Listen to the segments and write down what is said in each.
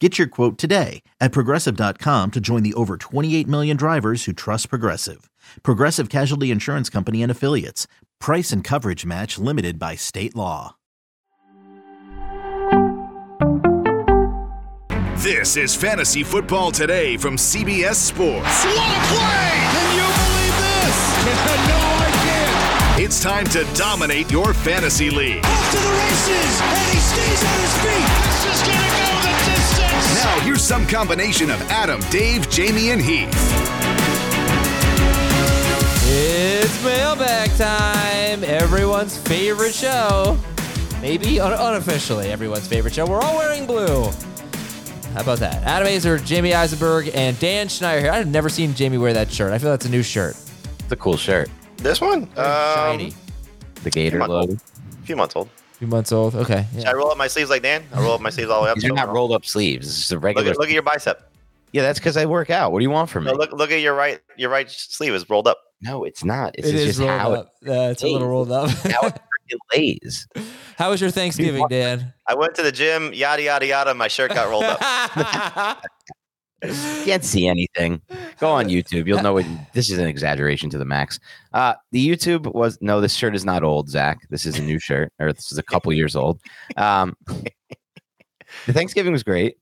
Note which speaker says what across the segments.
Speaker 1: Get your quote today at progressive.com to join the over 28 million drivers who trust Progressive. Progressive Casualty Insurance Company and Affiliates. Price and coverage match limited by state law.
Speaker 2: This is Fantasy Football Today from CBS Sports.
Speaker 3: What a play!
Speaker 4: Can you believe this?
Speaker 3: no, I can't.
Speaker 2: It's time to dominate your fantasy league.
Speaker 3: Off to the races, and he stays on his feet. This is gonna go the distance.
Speaker 2: Now, here's some combination of Adam, Dave, Jamie, and Heath.
Speaker 5: It's mailbag time, everyone's favorite show. Maybe un- unofficially everyone's favorite show. We're all wearing blue. How about that? Adam Azer, Jamie Eisenberg, and Dan Schneider here. I've never seen Jamie wear that shirt. I feel that's a new shirt.
Speaker 6: It's a cool shirt.
Speaker 7: This one, um,
Speaker 5: Shiny.
Speaker 6: The Gator
Speaker 7: come on.
Speaker 6: logo.
Speaker 7: a few months old.
Speaker 5: Few months old. Okay. yeah.
Speaker 7: Should I roll up my sleeves like Dan? I roll up my sleeves all the way up.
Speaker 6: These are
Speaker 7: so-
Speaker 6: not rolled up sleeves. It's just a
Speaker 7: look,
Speaker 6: regular.
Speaker 7: at, look at your bicep.
Speaker 6: yeah, that's because I work out. What do you want from me?
Speaker 7: No,
Speaker 6: No,
Speaker 7: look, look at your right. Your right sleeve is rolled up.
Speaker 6: it's not. It's
Speaker 5: It
Speaker 6: just
Speaker 5: is rolled
Speaker 6: how
Speaker 5: up. Uh, it's a little rolled up.
Speaker 6: it, how it lays.
Speaker 5: How was your Thanksgiving, Dan?
Speaker 7: I went to the gym. Yada yada yada. My shirt got rolled up.
Speaker 6: You can't see anything. Go on YouTube. You'll know it. This is an exaggeration to the max. Uh, the YouTube was no. This shirt is not old, Zach. This is a new shirt, or this is a couple years old. Um, the Thanksgiving was great.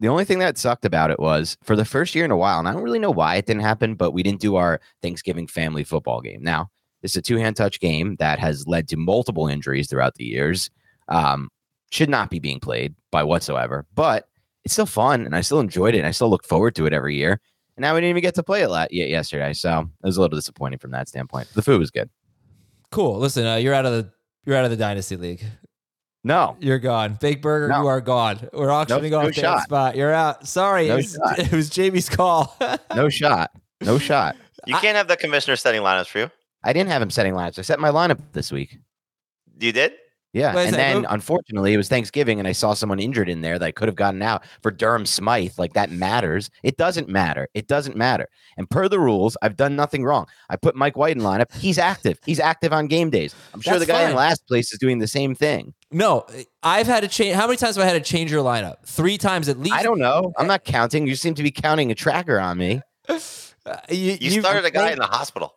Speaker 6: The only thing that sucked about it was for the first year in a while, and I don't really know why it didn't happen, but we didn't do our Thanksgiving family football game. Now, this is a two hand touch game that has led to multiple injuries throughout the years. Um, should not be being played by whatsoever, but it's still fun and I still enjoyed it and I still look forward to it every year. And now we didn't even get to play a lot yet yesterday. So it was a little disappointing from that standpoint. The food was good.
Speaker 5: cool. Listen, uh, you're out of the you're out of the dynasty league.
Speaker 6: No.
Speaker 5: You're gone. Big Burger,
Speaker 6: No.
Speaker 5: you are gone. We're auctioning
Speaker 6: no
Speaker 5: off Dan's
Speaker 6: shot.
Speaker 5: spot. You're out. Sorry,
Speaker 6: No
Speaker 5: it, was,
Speaker 6: shot.
Speaker 5: it was Jamie's call.
Speaker 6: No shot. No shot.
Speaker 7: You
Speaker 5: I-
Speaker 7: can't have the commissioner setting lineups for you.
Speaker 6: I didn't have him setting lineups. I set my lineup this week.
Speaker 7: You did?
Speaker 6: Yeah.
Speaker 5: Wait a
Speaker 6: and
Speaker 5: second,
Speaker 6: then
Speaker 5: who-
Speaker 6: unfortunately it was Thanksgiving and I saw someone injured in there that I could have gotten out for Durham Smythe. Like that matters. It doesn't matter. It doesn't matter. And per the rules, I've done nothing wrong. I put Mike White in lineup. He's active. He's active on game days. I'm sure
Speaker 5: That's
Speaker 6: the guy
Speaker 5: fine.
Speaker 6: in last place is doing the same thing.
Speaker 5: no, I've had to change. How many times have I had to change your lineup? Three times at least.
Speaker 6: I don't know. I'm not counting. You seem to be counting a tracker on me.
Speaker 5: Uh, you,
Speaker 7: You,
Speaker 5: you-
Speaker 7: started a guy
Speaker 5: Luke-
Speaker 7: in the hospital.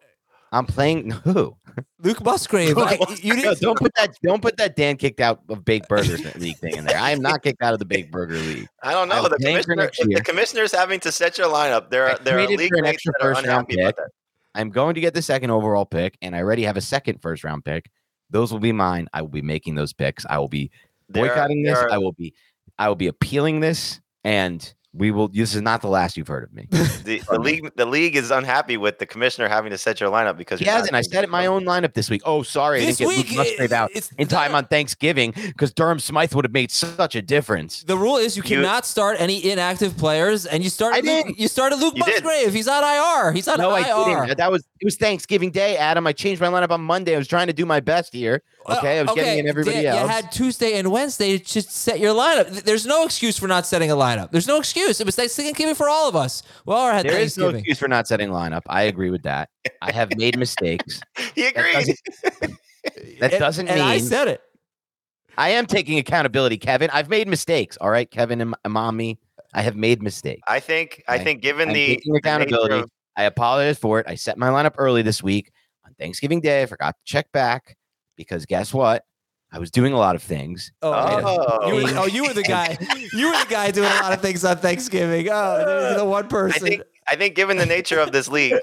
Speaker 6: I'm playing who?
Speaker 5: Luke Musgrave. I- you
Speaker 6: No,
Speaker 5: didn't,
Speaker 6: don't put that. Don't put that Dan kicked out of Big Burger League thing in there. I am not kicked out of the Big Burger League.
Speaker 7: I don't
Speaker 6: I
Speaker 7: know.
Speaker 6: have
Speaker 7: The
Speaker 6: a plan for
Speaker 7: commissioner.
Speaker 6: next
Speaker 7: If
Speaker 6: year.
Speaker 7: the commissioner's having to set your lineup. There
Speaker 6: I
Speaker 7: are there are
Speaker 6: traded
Speaker 7: league
Speaker 6: for an
Speaker 7: mates
Speaker 6: extra
Speaker 7: that are
Speaker 6: first round
Speaker 7: unhappy about that.
Speaker 6: I'm going to get the second overall pick, and I already have a second first round pick. Those will be mine. I will be making those picks. I will be
Speaker 7: There are-
Speaker 6: boycotting this.
Speaker 7: there are-
Speaker 6: I will be. I will be appealing this, and we will. This is not the last you've heard of me.
Speaker 7: The, the league the league is unhappy with the commissioner having to set your lineup because
Speaker 6: He
Speaker 7: you're not
Speaker 6: hasn't. I
Speaker 7: doing
Speaker 6: said it
Speaker 7: it.
Speaker 6: my own lineup this week. Oh, sorry,
Speaker 5: This
Speaker 6: I didn't
Speaker 5: week
Speaker 6: get Luke Musgrave
Speaker 5: i-
Speaker 6: out
Speaker 5: it's
Speaker 6: in time
Speaker 5: not-
Speaker 6: on Thanksgiving because Durham Smythe would have made such a difference.
Speaker 5: the rule is you
Speaker 7: You-
Speaker 5: cannot start any inactive players, and you started.
Speaker 6: I
Speaker 5: Luke, you started Luke
Speaker 7: You did.
Speaker 5: Musgrave. He's on IR. He's on
Speaker 6: No,
Speaker 5: IR.
Speaker 6: I didn't. That was it was Thanksgiving Day, Adam. I changed my lineup on Monday. I was trying to do my best here.
Speaker 5: Uh,
Speaker 6: Okay, I was getting in everybody
Speaker 5: Dan, You
Speaker 6: else.
Speaker 5: had Tuesday and Wednesday to just set your lineup. Th- There's no excuse for not setting a lineup. There's no excuse. It was Thanksgiving for all of us. Well, I had
Speaker 6: there is no
Speaker 5: Thanksgiving.
Speaker 6: excuse for not setting lineup. I agree with that. I have made mistakes.
Speaker 7: He
Speaker 6: That
Speaker 7: agreed.
Speaker 6: doesn't, that
Speaker 5: And-
Speaker 6: doesn't
Speaker 5: and
Speaker 6: mean
Speaker 5: I
Speaker 6: I,
Speaker 5: said it.
Speaker 6: am taking accountability, Kevin. I've made mistakes. All right, Kevin and and mommy. I have made mistakes.
Speaker 7: I think I
Speaker 6: Okay.
Speaker 7: think given
Speaker 6: I'm
Speaker 7: the
Speaker 6: taking accountability.
Speaker 7: nature of-
Speaker 6: I apologize for it. I set my lineup early this week on Thanksgiving Day. I forgot to check back because guess what? I was doing a lot of things.
Speaker 5: Oh,
Speaker 6: I
Speaker 5: yeah.
Speaker 7: Oh.
Speaker 5: You were, oh, you were the guy. You were the guy doing a lot of things on Thanksgiving. Oh, there's the one
Speaker 7: I
Speaker 5: person.
Speaker 7: think I think given the nature of this league,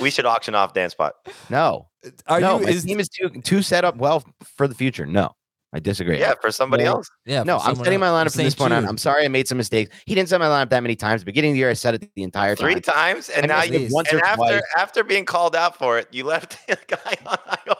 Speaker 7: We should auction off Dan Spot.
Speaker 6: No,
Speaker 4: Are
Speaker 6: no,
Speaker 4: you
Speaker 6: my
Speaker 4: is
Speaker 6: team is too too set up well for the future. No, I disagree.
Speaker 7: Yeah, for somebody
Speaker 6: Well,
Speaker 7: else.
Speaker 5: Yeah.
Speaker 6: No,
Speaker 5: for
Speaker 6: I'm
Speaker 5: someone
Speaker 6: setting my
Speaker 5: else.
Speaker 6: lineup from
Speaker 5: St.
Speaker 6: this point on.
Speaker 5: Jude.
Speaker 6: I'm sorry I made some mistakes. He didn't set my lineup that many times. Beginning of the year, I said it the entire
Speaker 7: Three
Speaker 6: time.
Speaker 7: times, and
Speaker 6: I
Speaker 7: now
Speaker 6: must
Speaker 7: you
Speaker 6: have once
Speaker 7: and
Speaker 6: or
Speaker 7: after
Speaker 6: twice.
Speaker 7: after being called out for it, you left the guy on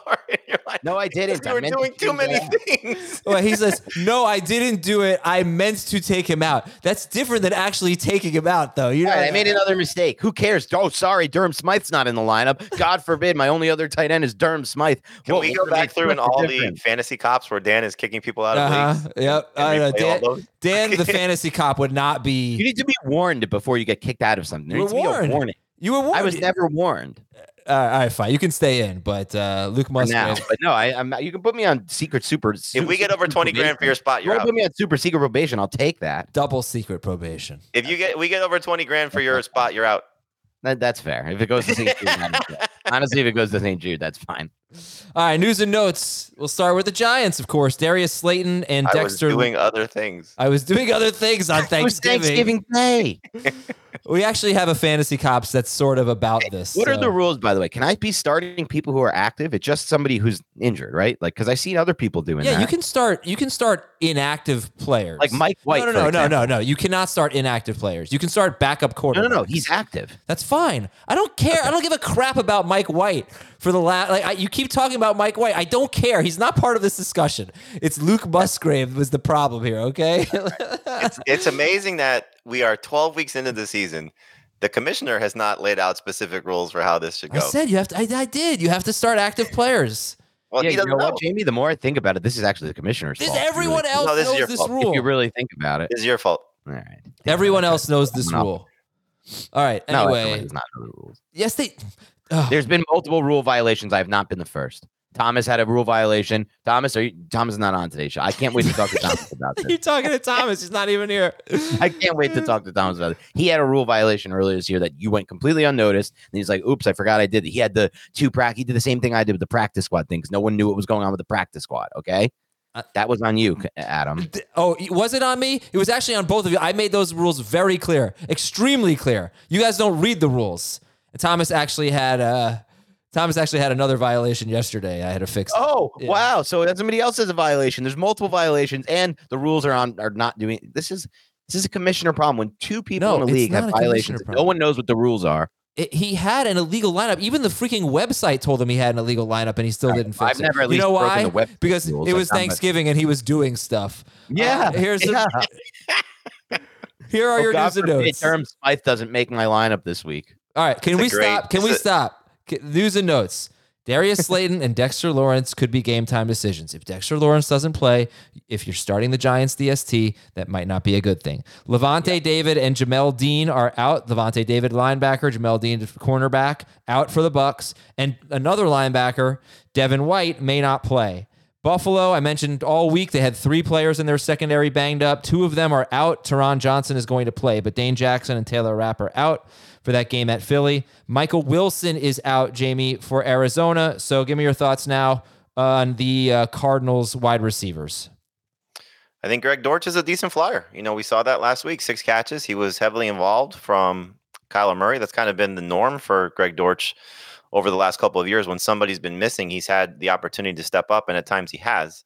Speaker 7: IR. And you're like,
Speaker 6: No, I didn't.
Speaker 7: You
Speaker 6: I
Speaker 7: were
Speaker 6: meant to
Speaker 7: doing too
Speaker 6: do
Speaker 7: many
Speaker 6: that.
Speaker 7: things.
Speaker 5: Well, he says, "No, I didn't do it. I meant to take him out." That's different than actually taking him out, though. You know,
Speaker 6: All right, I made another mistake. Who cares? Oh, sorry, Durham Smythe's not in the lineup. God forbid, my only other tight end is Durham Smythe.
Speaker 7: Can
Speaker 6: Whoa,
Speaker 7: we
Speaker 6: what
Speaker 7: go
Speaker 6: would
Speaker 7: back
Speaker 6: make
Speaker 7: through and
Speaker 6: such a
Speaker 7: all the
Speaker 6: difference?
Speaker 7: fantasy cops where Dan is kicking people out of
Speaker 5: Uh-huh.
Speaker 7: leagues?
Speaker 5: Yep.
Speaker 7: and
Speaker 6: uh,
Speaker 5: I know.
Speaker 7: replay all
Speaker 5: Dan,
Speaker 7: those?
Speaker 5: Dan, the fantasy cop, would not
Speaker 6: You
Speaker 5: be.
Speaker 6: need to be warned before you get kicked out of something. There
Speaker 5: You
Speaker 6: needs to
Speaker 5: were
Speaker 6: be a
Speaker 5: warned.
Speaker 6: warning.
Speaker 5: You were warned.
Speaker 6: I was never warned.
Speaker 5: Uh, all right, fine. You can stay in, but uh, Luke
Speaker 6: for now.
Speaker 5: Musgrave.
Speaker 6: But no, I, I'm. You can put me on secret super.
Speaker 7: If we get over 20 grand for your spot,
Speaker 6: you
Speaker 7: you're
Speaker 6: want to put
Speaker 7: out.
Speaker 6: me on super secret probation? I'll take that.
Speaker 5: Double secret probation.
Speaker 7: If you get we get over 20 grand for your spot, you're out.
Speaker 6: that that's fair. If it goes to St. Jude, that is fair. honestly, if it goes to St. Jude, that's fine.
Speaker 5: All right, news and notes. We'll start with the Giants, of course. Darius Slayton and
Speaker 7: I was
Speaker 5: Dexter.
Speaker 7: doing other things.
Speaker 5: I was doing other things on
Speaker 6: It was
Speaker 5: Thanksgiving.
Speaker 6: Thanksgiving Day.
Speaker 5: We actually have a fantasy cops that's sort of about this.
Speaker 6: What are
Speaker 5: so-
Speaker 6: the rules, by the way? Can I be starting people who are active? It's just somebody who's injured, right? Like, because I've seen other people doing
Speaker 5: Yeah,
Speaker 6: that.
Speaker 5: you can start. You can start inactive players,
Speaker 6: Like Mike White,
Speaker 5: No, no,
Speaker 6: for
Speaker 5: no, no,
Speaker 6: example.
Speaker 5: no, no. You cannot start inactive players. You can start backup quarterbacks.
Speaker 6: No, no, no. He's active.
Speaker 5: That's fine. I don't care. I don't give a crap about Mike White for the last. Like I, you keep talking about Mike White. I don't care. He's not part of this discussion. It's Luke Musgrave was the problem here. Okay.
Speaker 7: it's amazing that we are 12 weeks into the season. The commissioner has not laid out specific rules for how this should
Speaker 5: I
Speaker 7: go.
Speaker 5: said you have to. I, I did. You have to start active players.
Speaker 7: well,
Speaker 6: yeah,
Speaker 7: he
Speaker 6: you
Speaker 7: doesn't
Speaker 6: know
Speaker 7: know.
Speaker 6: what, Jamie? The more I think about it, this is actually the commissioner's
Speaker 5: This
Speaker 6: fault. if you
Speaker 5: everyone
Speaker 6: really-
Speaker 5: else
Speaker 7: No, this is
Speaker 5: knows
Speaker 7: your
Speaker 5: this
Speaker 7: fault. If
Speaker 5: rule.
Speaker 6: If you really think about it,
Speaker 7: It's your fault.
Speaker 6: all right.
Speaker 5: everyone else knows this
Speaker 6: No.
Speaker 5: rule. All right.
Speaker 6: No,
Speaker 5: Anyway,
Speaker 6: everyone does not know the rules.
Speaker 5: yes, they. oh, Ugh.
Speaker 6: There's been multiple rule violations. I have not been the first. Thomas had a rule violation. Thomas, are you, Thomas is not on today's show. I can't wait to talk to Thomas about
Speaker 5: You're
Speaker 6: this.
Speaker 5: talking to Thomas. He's not even here.
Speaker 6: I can't wait to talk to Thomas about it. He had a rule violation earlier this year that you went completely unnoticed. And he's like, "Oops, I forgot I did." it." He had the two prac. He did the same thing I did with the practice squad thing 'cause no one knew what was going on with the practice squad. Okay,
Speaker 5: Uh,
Speaker 6: that was on you, Adam.
Speaker 5: Th- Oh, it- was it on me? It was actually on both of you. I made those rules very clear, extremely clear. You guys don't read the rules. And Thomas actually had uh Thomas actually had another violation yesterday. I had to fix.
Speaker 6: Oh
Speaker 5: Yeah.
Speaker 6: wow! So that somebody else has a violation. There's multiple violations, and the rules are on are not doing. This is this is a commissioner problem when two people
Speaker 5: No,
Speaker 6: in a
Speaker 5: it's
Speaker 6: league
Speaker 5: not
Speaker 6: have
Speaker 5: a commissioner
Speaker 6: violations. and No
Speaker 5: problem.
Speaker 6: one knows what the rules are.
Speaker 5: It- he had an illegal lineup. Even the freaking website told him he had an illegal lineup, and he still didn't fix
Speaker 6: I've
Speaker 5: it.
Speaker 6: never at least
Speaker 5: you know
Speaker 6: broken
Speaker 5: why?
Speaker 6: the web
Speaker 5: because it
Speaker 6: rules,
Speaker 5: was
Speaker 6: like, I'm a-
Speaker 5: Thanksgiving and he was doing stuff.
Speaker 6: Yeah,
Speaker 5: Uh, here's the-
Speaker 6: yeah.
Speaker 5: here are
Speaker 6: Oh,
Speaker 5: your
Speaker 6: God
Speaker 5: news and
Speaker 6: forbid
Speaker 5: notes.
Speaker 6: Durham Smythe doesn't make my lineup this week.
Speaker 5: All right, can
Speaker 7: It's a
Speaker 5: we
Speaker 7: great-
Speaker 5: stop? Can
Speaker 7: it's
Speaker 5: we
Speaker 7: a-
Speaker 5: stop? K- News and notes. Darius Slayton and Dexter Lawrence could be game time decisions. If Dexter Lawrence doesn't play, if you're starting the Giants DST, that might not be a good thing. Levante David and Jamel Dean are out. Levante David linebacker, Jamel Dean cornerback out for the Bucks, and another linebacker, Devin White may not play. Buffalo, I mentioned all week, they had three players in their secondary banged up. Two of them are out. Teron Johnson is going to play, but Dane Jackson and Taylor Rapp are out for that game at Philly. Michael Wilson is out, Jamie, for Arizona. So give me your thoughts now on the uh, Cardinals wide receivers.
Speaker 7: I think Greg Dortch is a decent flyer. You know, we saw that last week. Six catches. He was heavily involved from Kyler Murray. That's kind of been the norm for Greg Dortch over the last couple of years. When somebody's been missing, he's had the opportunity to step up, and at times he has.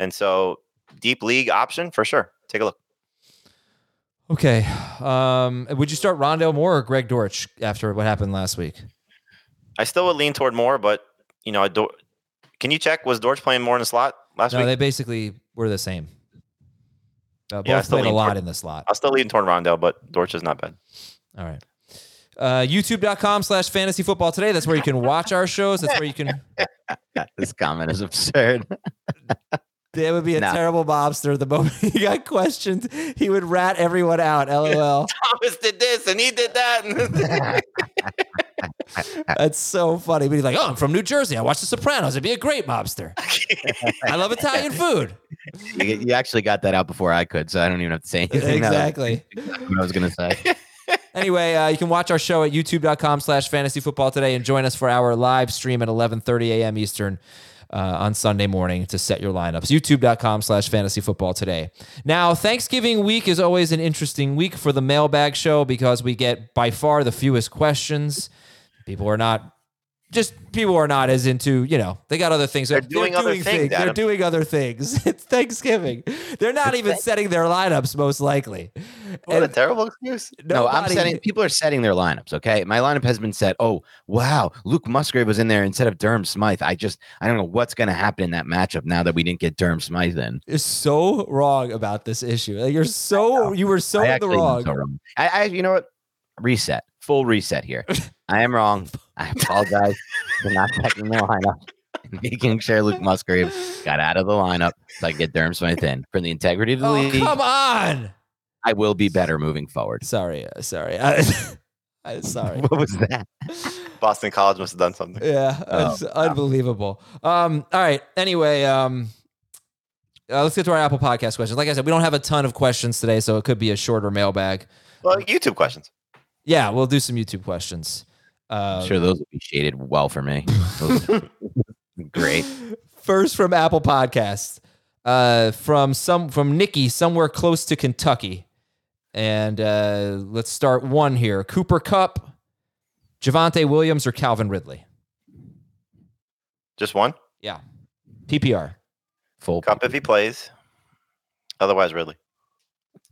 Speaker 7: And so, deep league option for sure. Take a look.
Speaker 5: Okay. Um, would you start Rondell Moore or Greg Dortch after what happened last week?
Speaker 7: I still would lean toward more, but you know, I do- can you check? Was Dortch playing more in the slot last
Speaker 5: No,
Speaker 7: week?
Speaker 5: they basically were the same. Uh, both
Speaker 7: Yeah, I still
Speaker 5: played a
Speaker 7: lean
Speaker 5: lot
Speaker 7: toward-
Speaker 5: in the slot.
Speaker 7: I'll still lean toward Rondell, but Dortch is not bad.
Speaker 5: All right. Uh, YouTube.com slash fantasy football today. That's where you can watch our shows. That's where you can.
Speaker 6: This comment is absurd.
Speaker 5: That would be a
Speaker 6: Nah.
Speaker 5: terrible mobster the moment he got questioned. He would rat everyone out. LOL.
Speaker 7: Thomas did this and he did that.
Speaker 5: That's so funny. But he's like, oh, I'm from New Jersey. I watch The Sopranos. It'd be a great mobster. I love Italian food.
Speaker 6: you, you actually got that out before I could, so I don't even have to say anything. Now that's
Speaker 5: exactly.
Speaker 6: what I was gonna say.
Speaker 5: anyway, uh, you can watch our show at youtube.com slash fantasy football today and join us for our live stream at 11.30 a.m. Eastern uh, on Sunday morning to set your lineups. youtube.com slash fantasy football today. Now, Thanksgiving week is always an interesting week for the mailbag show because we get by far the fewest questions People are not just people are not as into you know they got other things
Speaker 7: They're doing other things,
Speaker 5: they're
Speaker 7: Adam.
Speaker 5: doing other things it's thanksgiving they're not even setting their lineups most likely
Speaker 7: What a
Speaker 5: And
Speaker 7: terrible excuse.
Speaker 6: No, I'm
Speaker 5: nobody-
Speaker 6: setting. People are setting their lineups. Okay, my lineup has been set. Oh wow, Luke Musgrave was in there instead of Durham Smythe. I just I don't know what's going to happen in that matchup now that we didn't get Durham Smythe in.
Speaker 5: is so wrong about this issue like you're so you were so
Speaker 6: I
Speaker 5: in the
Speaker 6: actually am
Speaker 5: wrong
Speaker 6: so wrong. I, I you know what? Reset. Full reset here. I am wrong. I apologize for not checking the lineup. and Making sure Luke Musgrave got out of the lineup so I could get Durham Smythe in. For the integrity of the
Speaker 5: oh
Speaker 6: league,
Speaker 5: come on
Speaker 6: I will be better moving forward.
Speaker 5: sorry uh, sorry I, I'm sorry
Speaker 6: What was that?
Speaker 7: Boston College must have done something.
Speaker 5: Yeah,
Speaker 6: Oh,
Speaker 5: it's unbelievable. Um, all right. Anyway, um, uh, let's get to our Apple Podcast questions. Like I said, we don't have a ton of questions today, so it could be a shorter mailbag.
Speaker 7: Well, YouTube questions.
Speaker 5: Yeah, we'll do some YouTube questions. Uh,
Speaker 6: I'm sure those will be shaded well for me. Those- Great.
Speaker 5: First from Apple Podcasts, uh, from some from Nikki somewhere close to Kentucky, and uh, let's start one here: Cooper Cup, Javante Williams, or Calvin Ridley?
Speaker 7: Just one.
Speaker 5: Yeah, PPR.
Speaker 6: Full
Speaker 7: Cup if he plays. Otherwise, Ridley.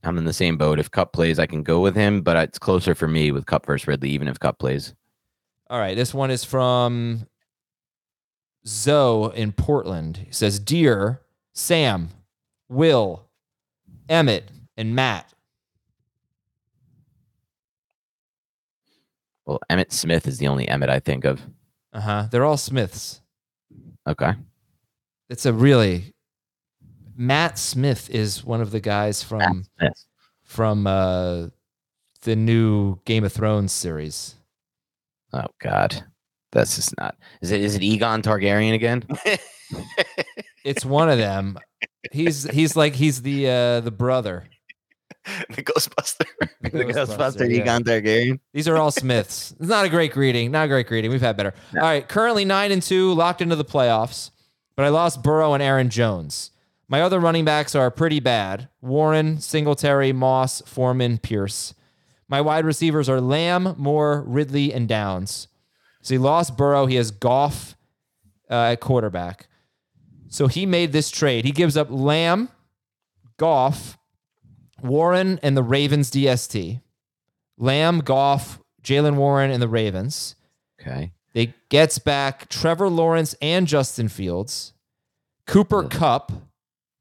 Speaker 6: I'm in the same boat. If Cup plays, I can go with him, but it's closer for me with Cup versus Ridley, even if Cup plays.
Speaker 5: All right, this one is from Zoe in Portland. He says, "Dear Sam, Will, Emmett, and Matt."
Speaker 6: Well, Emmett Smith is the only Emmett I think of.
Speaker 5: Uh huh. They're all Smiths.
Speaker 6: Okay.
Speaker 5: It's a really Matt Smith is one of the guys from
Speaker 6: Matt Smith.
Speaker 5: from uh, the new Game of Thrones series.
Speaker 6: Oh God. That's just not is it is it Egon Targaryen again?
Speaker 5: It's one of them. He's he's like he's the uh, the brother.
Speaker 7: the Ghostbuster.
Speaker 6: the
Speaker 5: Ghostbuster,
Speaker 6: Ghostbuster
Speaker 5: yeah.
Speaker 6: Egon Targaryen.
Speaker 5: These are all Smiths. It's not a great greeting. Not a great greeting. We've had better. All right. Currently nine and two, locked into the playoffs, but I lost Burrow and Aaron Jones. My other running backs are pretty bad Warren, Singletary, Moss, Foreman, Pierce. My wide receivers are Lamb, Moore, Ridley, and Downs. So he lost Burrow. He has Goff uh, at quarterback. So he made this trade. He gives up Lamb, Goff, Warren, and the Ravens DST. Lamb, Goff, Jalen Warren, and the Ravens.
Speaker 6: Okay.
Speaker 5: They gets back Trevor Lawrence and Justin Fields, Cooper
Speaker 6: Ugh.
Speaker 5: Cup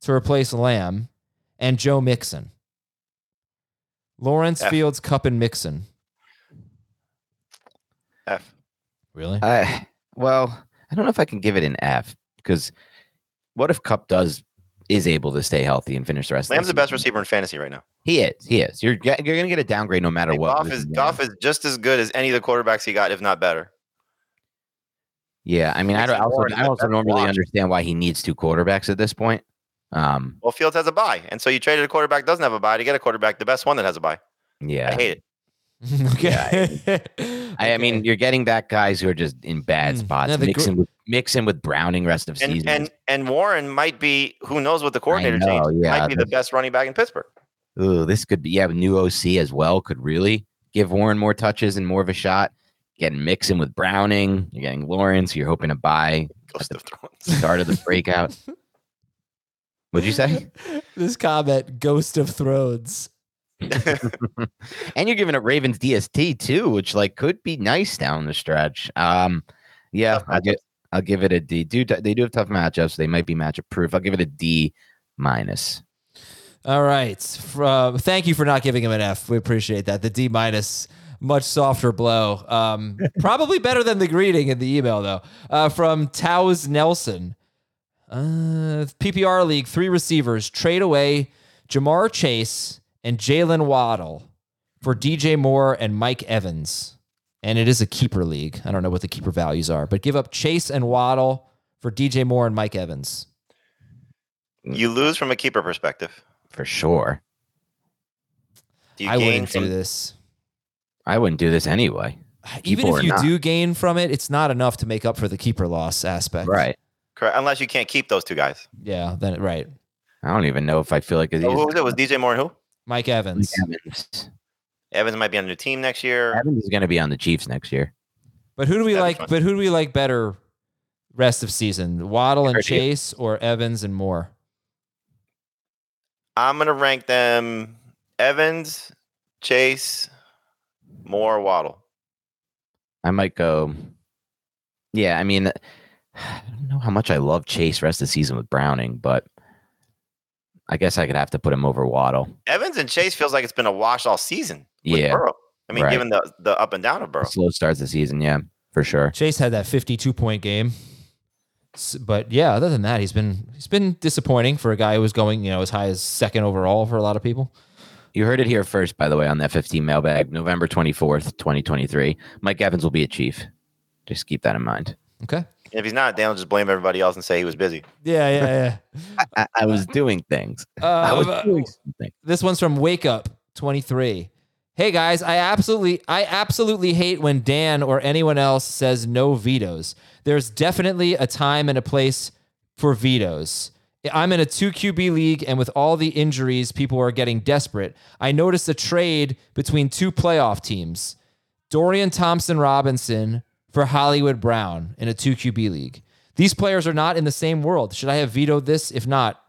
Speaker 5: to replace Lamb, and Joe Mixon. Lawrence,
Speaker 7: F.
Speaker 5: Fields, Cup, and Mixon.
Speaker 7: F.
Speaker 5: Really?
Speaker 6: I well, I don't know if I can give it an F because what if Cup does is able to stay healthy and finish the rest
Speaker 7: Lamb's the
Speaker 6: of
Speaker 7: best
Speaker 6: season?
Speaker 7: receiver in fantasy right now.
Speaker 6: He is. He is. You're ge- you're gonna get a downgrade no matter
Speaker 7: And
Speaker 6: what.
Speaker 7: Goff
Speaker 6: with
Speaker 7: is
Speaker 6: Lamb.
Speaker 7: Goff is just as good as any of the quarterbacks he got, if not better.
Speaker 6: Yeah, I mean, I,
Speaker 7: Makes
Speaker 6: don't, I
Speaker 7: it
Speaker 6: also,
Speaker 7: more
Speaker 6: I also
Speaker 7: that's
Speaker 6: don't really
Speaker 7: watch.
Speaker 6: understand why he needs two quarterbacks at this point. Um,
Speaker 7: Well, Fields has a bye, and so you traded a quarterback that doesn't have a bye to get a quarterback, the best one that has a bye. I
Speaker 6: yeah,
Speaker 7: hate it.
Speaker 5: okay.
Speaker 6: I, I mean,
Speaker 5: Okay.
Speaker 6: you're getting back guys who are just in bad
Speaker 5: Mm.
Speaker 6: spots.
Speaker 5: Yeah, the gr-
Speaker 6: mixing with mixing with Browning rest of
Speaker 7: And
Speaker 6: season.
Speaker 7: and and Warren might be who knows what the coordinator
Speaker 6: know,
Speaker 7: changed
Speaker 6: yeah,
Speaker 7: might be the best running back in Pittsburgh.
Speaker 6: Ooh, this could be yeah, new OC as well could really give Warren more touches and more of a shot. Getting mixing with Browning, you're getting Lawrence. You're hoping to buy
Speaker 7: Ghost of Thrones.
Speaker 6: start of the breakout. What'd you say?
Speaker 5: this comment, Ghost of Thrones.
Speaker 6: And you're giving up Ravens DST too, which like could be nice down the stretch. Um, yeah,
Speaker 7: Tough
Speaker 6: I'll get I'll give it a D. Do they do have tough matchups? They might be matchup proof. I'll give it a D minus.
Speaker 5: All right. Fr- uh, thank you for not giving him an F. We appreciate that. The D minus, much softer blow. Um, probably better than the greeting in the email, though. Uh, from Taos Nelson. Uh, PPR League, three receivers trade away Jamar Chase and Jalen Waddle for DJ Moore and Mike Evans. And it is a keeper league. I don't know what the keeper values are, but give up Chase and Waddle for DJ Moore and Mike Evans.
Speaker 6: Mm.
Speaker 7: you lose from a keeper perspective.
Speaker 6: for sure.
Speaker 7: Do you
Speaker 5: I
Speaker 7: gain
Speaker 5: wouldn't
Speaker 7: from
Speaker 5: do this.
Speaker 6: I wouldn't do this anyway.
Speaker 5: even
Speaker 6: People
Speaker 5: if
Speaker 6: are
Speaker 5: you
Speaker 6: not.
Speaker 5: do gain from it, it's not enough to make up for the keeper loss aspect.
Speaker 6: Right.
Speaker 7: correct unless you can't keep those two guys?
Speaker 5: Yeah. Then right.
Speaker 6: I don't even know if I feel like it's
Speaker 7: Oh, who was it? Was DJ Moore and who?
Speaker 5: Mike Evans.
Speaker 6: Evans.
Speaker 7: Evans might be on a new team next year.
Speaker 6: Evans is going to be on the Chiefs next year.
Speaker 5: But who do we
Speaker 7: That'd be
Speaker 5: like?
Speaker 7: fun.
Speaker 5: But who do we like better? Rest of season, Waddle and
Speaker 6: Or do you-
Speaker 5: Chase, or Evans and Moore.
Speaker 7: I'm gonna rank them Evans, Chase, Moore, Waddle.
Speaker 6: I might go. Yeah, I mean, I don't know how much I love Chase rest of the season with Browning, but I guess I could have to put him over Waddle.
Speaker 7: Evans and Chase feels like it's been a wash all season. With
Speaker 6: Yeah.
Speaker 7: Burrow. I mean,
Speaker 6: Right.
Speaker 7: given the the up and down of Burrow.
Speaker 6: Slow starts the season, yeah, for sure.
Speaker 5: Chase had that 52 point game. S- But yeah, other than that, he's been he's been disappointing for a guy who was going, you know, as high as second overall for a lot of people.
Speaker 6: You heard it here first, by the way, on the F15 mailbag, November 24th, 2023. Mike Evans will be a chief. Just keep that in mind.
Speaker 5: Okay.
Speaker 7: If he's not, Dan will just blame everybody else and say he was busy.
Speaker 5: Yeah, yeah,
Speaker 6: I, I was doing things.
Speaker 5: yeah.
Speaker 6: I was
Speaker 5: Um,
Speaker 6: doing something.
Speaker 5: This one's from Wake Up 23. Hey guys, I absolutely I absolutely hate when Dan or anyone else says no vetoes. There's definitely a time and a place for vetoes. I'm in a 2 QB league and with all the injuries, people are getting desperate. I noticed a trade between two playoff teams. Dorian Thompson Robinson for Hollywood Brown in a 2 QB league. These players are not in the same world. Should I have vetoed this? If not,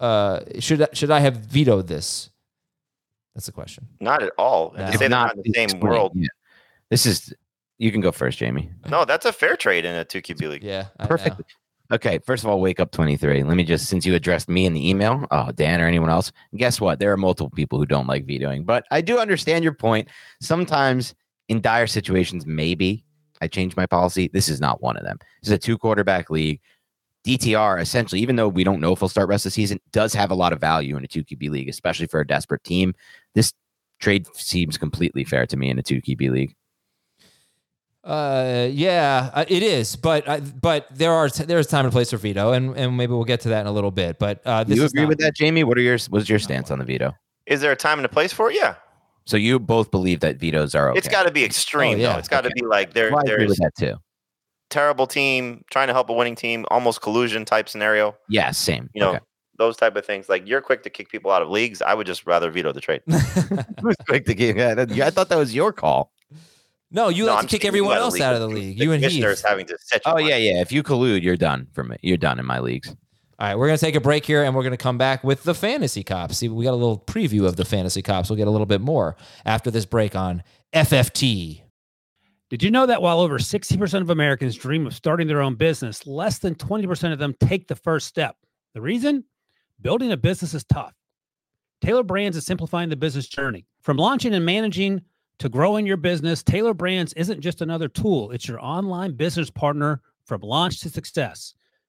Speaker 5: uh, should should I have vetoed this? That's the question.
Speaker 7: Not at all. And
Speaker 5: No.
Speaker 7: to
Speaker 5: If
Speaker 7: say they're not in the same
Speaker 6: explain.
Speaker 7: world.
Speaker 6: Yeah. This is, you can go first, Jamie.
Speaker 7: No, that's a fair trade in a two QB league.
Speaker 5: Yeah, I know.
Speaker 6: Perfect. Okay, first of all, wake up 23. Let me just, since you addressed me in the email, oh, Dan or anyone else, guess what? There are multiple people who don't like vetoing, but I do understand your point. Sometimes in dire situations, maybe I change my policy. This is not one of them. This is a two quarterback league. DTR, essentially, even though we don't know if he'll start rest of the season, does have a lot of value in a 2QB league, especially for a desperate team. This trade seems completely fair to me in a 2QB league.
Speaker 5: Uh, yeah, uh, it is, but I, but there are t- there is time and place for veto, and and maybe we'll get to that in a little bit. But uh,
Speaker 6: Do
Speaker 5: this
Speaker 6: you
Speaker 5: is
Speaker 6: agree
Speaker 5: not-
Speaker 6: with that, Jamie? What are your, what's your stance on the veto?
Speaker 7: Is there a time and a place for it? Yeah.
Speaker 6: So you both believe that vetoes are okay.
Speaker 7: It's got to be extreme,
Speaker 5: Oh, yeah.
Speaker 7: though. It's got to be like there,
Speaker 6: Well, I agree
Speaker 7: there's
Speaker 6: with that too.
Speaker 7: terrible team trying to help a winning team, almost collusion type scenario.
Speaker 6: Yeah, same.
Speaker 7: You know,
Speaker 6: Okay.
Speaker 7: those type of things. Like you're quick to kick people out of leagues. I would just rather veto the trade.
Speaker 6: Who's quick to give- yeah, that- yeah, I thought that was your call.
Speaker 5: no, you
Speaker 7: No,
Speaker 5: like to
Speaker 7: I'm
Speaker 5: kick
Speaker 7: saying you
Speaker 5: everyone
Speaker 7: out of
Speaker 5: else
Speaker 7: the
Speaker 5: out of
Speaker 7: league.
Speaker 5: the league. You and Heath.
Speaker 7: Commissioners having to set. you
Speaker 6: Oh
Speaker 7: on.
Speaker 6: yeah, yeah. If you collude, you're done for me. You're done in my leagues.
Speaker 5: All right, we're gonna take a break here, and we're gonna come back with the fantasy cops. See, we got a little preview of the fantasy cops. We'll get a little bit more after this break on FFT.
Speaker 4: Did you know that while over 60% of Americans dream of starting their own business, less than 20% of them take the first step? The reason? Building a business is tough. Taylor Brands is simplifying the business journey. From launching and managing to growing your business, Taylor Brands isn't just another tool, it's your online business partner from launch to success.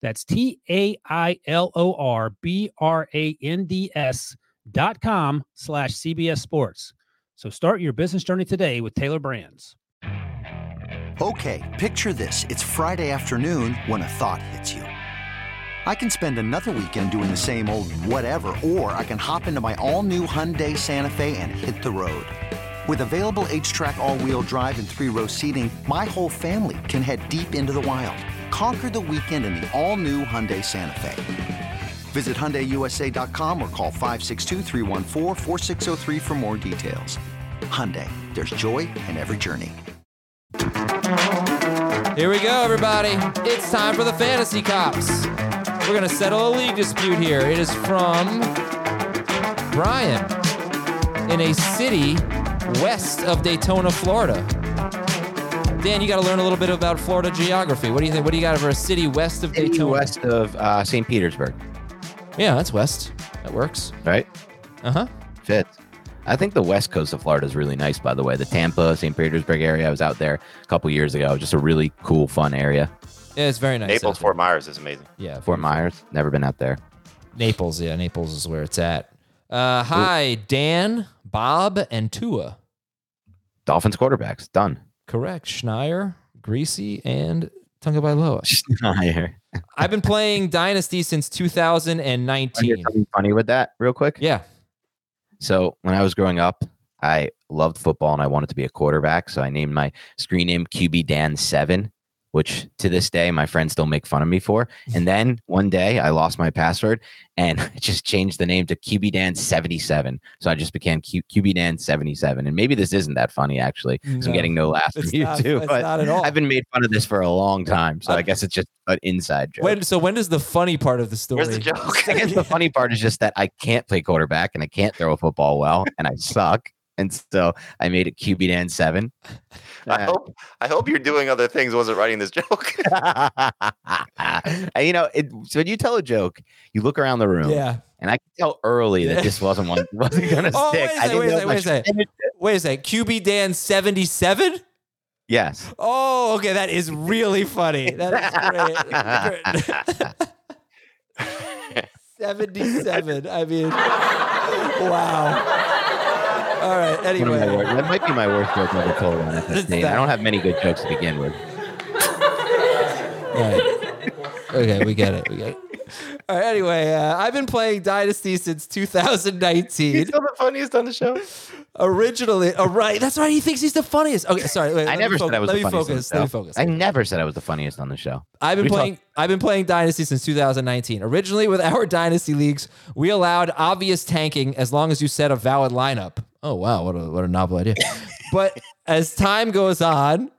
Speaker 4: That's T A I L O R B R A N D S dot com slash CBS Sports. So start your business journey today with Taylor Brands.
Speaker 8: Okay, picture this. It's Friday afternoon when a thought hits you. I can spend another weekend doing the same old whatever, or I can hop into my all new Hyundai Santa Fe and hit the road. With available H track, all wheel drive, and three row seating, my whole family can head deep into the wild. Conquer the weekend in the all new Hyundai Santa Fe. Visit HyundaiUSA.com or call 562-314-4603 for more details. Hyundai, there's joy in every journey.
Speaker 5: Here we go, everybody. It's time for the fantasy cops. We're gonna settle a league dispute here. It is from Brian in a city west of Daytona, Florida. Dan, you got to learn a little bit about Florida geography. What do you think? What do you got for a city west of
Speaker 6: City
Speaker 5: Daytona?
Speaker 6: west of uh, St. Petersburg,
Speaker 5: Yeah, that's west. That works.
Speaker 6: right?
Speaker 5: Uh huh.
Speaker 6: Fits. I think the west coast of Florida is really nice, by the way. The Tampa, St. Petersburg area. I was out there a couple years ago. Just a really cool, fun area.
Speaker 5: Yeah, it's very nice.
Speaker 7: Naples,
Speaker 5: out there.
Speaker 7: Fort Myers is amazing.
Speaker 5: Yeah,
Speaker 6: Fort Myers. Never been out there.
Speaker 5: Naples. Yeah, Naples is where it's at. Uh, hi, Dan, Bob, and Tua.
Speaker 6: Dolphins quarterbacks. Done.
Speaker 5: Correct. Schneier, Greasy, and Tunga Bailoa.
Speaker 6: Just not here.
Speaker 5: I've been playing Dynasty since
Speaker 6: Wanna hear
Speaker 5: 2019.
Speaker 6: Something funny with that, real quick.
Speaker 5: Yeah.
Speaker 6: So when I was growing up, I loved football and I wanted to be a quarterback. So I named my screen name QB Dan Seven, which to this day my friends still make fun of me for. And then one day I lost my password and I just changed the name to QB Dan Seventy Seven. So I just became Q- QB Dan Seventy Seven. And maybe this isn't that funny actually, because
Speaker 5: No.
Speaker 6: I'm getting no laughs from
Speaker 5: It's
Speaker 6: you
Speaker 5: not,
Speaker 6: too.
Speaker 5: it's
Speaker 6: But
Speaker 5: not at all.
Speaker 6: I've been made fun of this for a long time. So
Speaker 5: Uh,
Speaker 6: I guess it's just an inside joke.
Speaker 5: When, so when does the funny part of the story?
Speaker 7: Where's the joke?
Speaker 6: I guess the funny part is just that I can't play quarterback and I can't throw a football well and I suck. And so I made it QB Dan seven. Uh,
Speaker 7: I hope I hope you're doing other things. Wasn't writing this joke.
Speaker 6: and you know, it, so when you tell a joke, you look around the room,
Speaker 5: Yeah.
Speaker 6: and I can tell early
Speaker 5: Yeah.
Speaker 6: that this wasn't one wasn't gonna
Speaker 5: Oh, wait
Speaker 6: stick.
Speaker 5: a
Speaker 6: I
Speaker 5: second, wait a
Speaker 6: know
Speaker 5: second,
Speaker 6: my
Speaker 5: wait a second.
Speaker 6: friend-
Speaker 5: Wait a second. QB Dan 77?
Speaker 6: Yes,
Speaker 5: Oh, okay. That is really funny. That is great. 77. I mean, wow. All right.
Speaker 6: One of my
Speaker 5: Anyway,
Speaker 6: wor- that might be my worst joke I've ever told on
Speaker 5: That's
Speaker 6: FS name.
Speaker 5: that-
Speaker 6: I don't have many good jokes to begin with.
Speaker 5: All right. okay, we get it. We get it. All right. Anyway, uh, I've been playing Dynasty since 2019.
Speaker 7: He's still the funniest on the show.
Speaker 5: Originally, oh right, that's right. He thinks he's the funniest. Okay, sorry. Wait,
Speaker 6: I
Speaker 5: let
Speaker 6: never
Speaker 5: me
Speaker 6: said I was
Speaker 5: focus.
Speaker 6: the funniest.
Speaker 5: Let
Speaker 6: on
Speaker 5: me
Speaker 6: the show.
Speaker 5: focus.
Speaker 6: I
Speaker 5: Let me focus.
Speaker 6: never said I was the funniest on the show.
Speaker 5: I've been
Speaker 6: we talk-
Speaker 5: playing. I've been playing Dynasty since 2019. Originally, with our Dynasty leagues, we allowed obvious tanking as long as you set a valid lineup. Oh wow, what a what a novel idea! but as time goes on,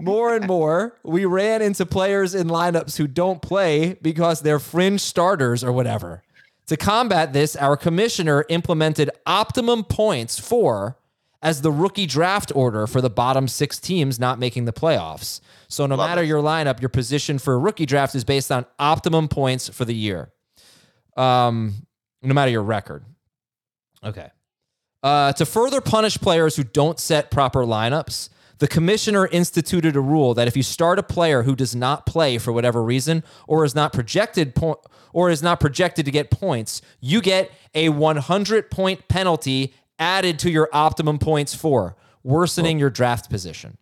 Speaker 5: more and more we ran into players in lineups who don't play because they're fringe starters or whatever. To combat this, our commissioner implemented optimum points for as the rookie draft order for the bottom six teams not making the playoffs. So no matter your lineup, your position for a rookie draft is based on optimum points for the year. Um, no matter your record. Okay. Uh, to further punish players who don't set proper lineups, the commissioner instituted a rule that if you start a player who does not play for whatever reason or is not projected po- or is not projected to get points, you get a 100 point penalty added to your optimum points for worsening your draft position.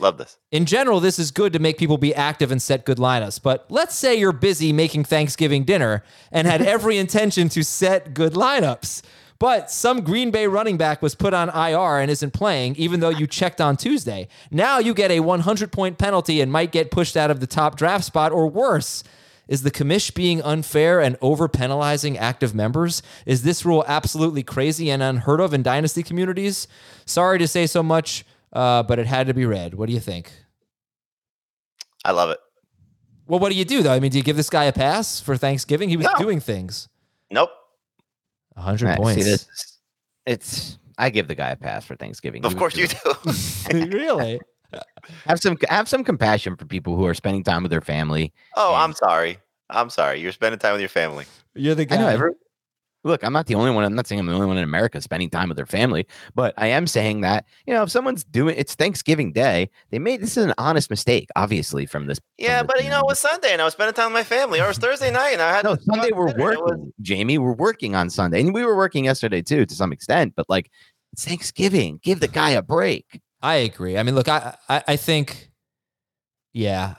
Speaker 7: Love this.
Speaker 5: In general, this is good to make people be active and set good lineups. But let's say you're busy making Thanksgiving dinner and had every intention to set good lineups. But some Green Bay running back was put on IR and isn't playing, even though you checked on Tuesday. Now you get a 100 point penalty and might get pushed out of the top draft spot or worse. Is the commish being unfair and over penalizing active members? Is this rule absolutely crazy and unheard of in dynasty communities? Sorry to say so much, uh, but it had to be read. What do you think?
Speaker 7: I love it.
Speaker 5: Well, what do you do though? I mean, do you give this guy a pass for Thanksgiving? He was
Speaker 7: No.
Speaker 5: doing things.
Speaker 7: Nope.
Speaker 5: 100
Speaker 6: Right, see,
Speaker 5: points.
Speaker 6: this- it's I give the guy a pass for Thanksgiving. He
Speaker 7: Of
Speaker 6: was
Speaker 7: course you
Speaker 6: doing-
Speaker 7: do.
Speaker 5: really?
Speaker 6: have some have some compassion for people who are spending time with their family.
Speaker 7: Oh,
Speaker 6: Yeah.
Speaker 7: I'm sorry. I'm sorry. You're spending time with your family.
Speaker 5: You're the guy.
Speaker 6: I know every look. I'm not the only one. I'm not saying I'm the only one in America spending time with their family, but I am saying that you know if someone's doing it's Thanksgiving Day, they made this is an honest mistake, obviously from this. from
Speaker 7: Yeah,
Speaker 6: this
Speaker 7: but you know, it
Speaker 6: man.
Speaker 7: was Sunday and I was spending time with my family, or it was Thursday night and I had
Speaker 6: No, Sunday we're
Speaker 7: dinner, it was-
Speaker 6: working, Jamie. We're working on Sunday, and we were working yesterday too, to some extent. But like, it's Thanksgiving. Give the guy a break.
Speaker 5: I agree. I mean, look, I, I, I think, yeah,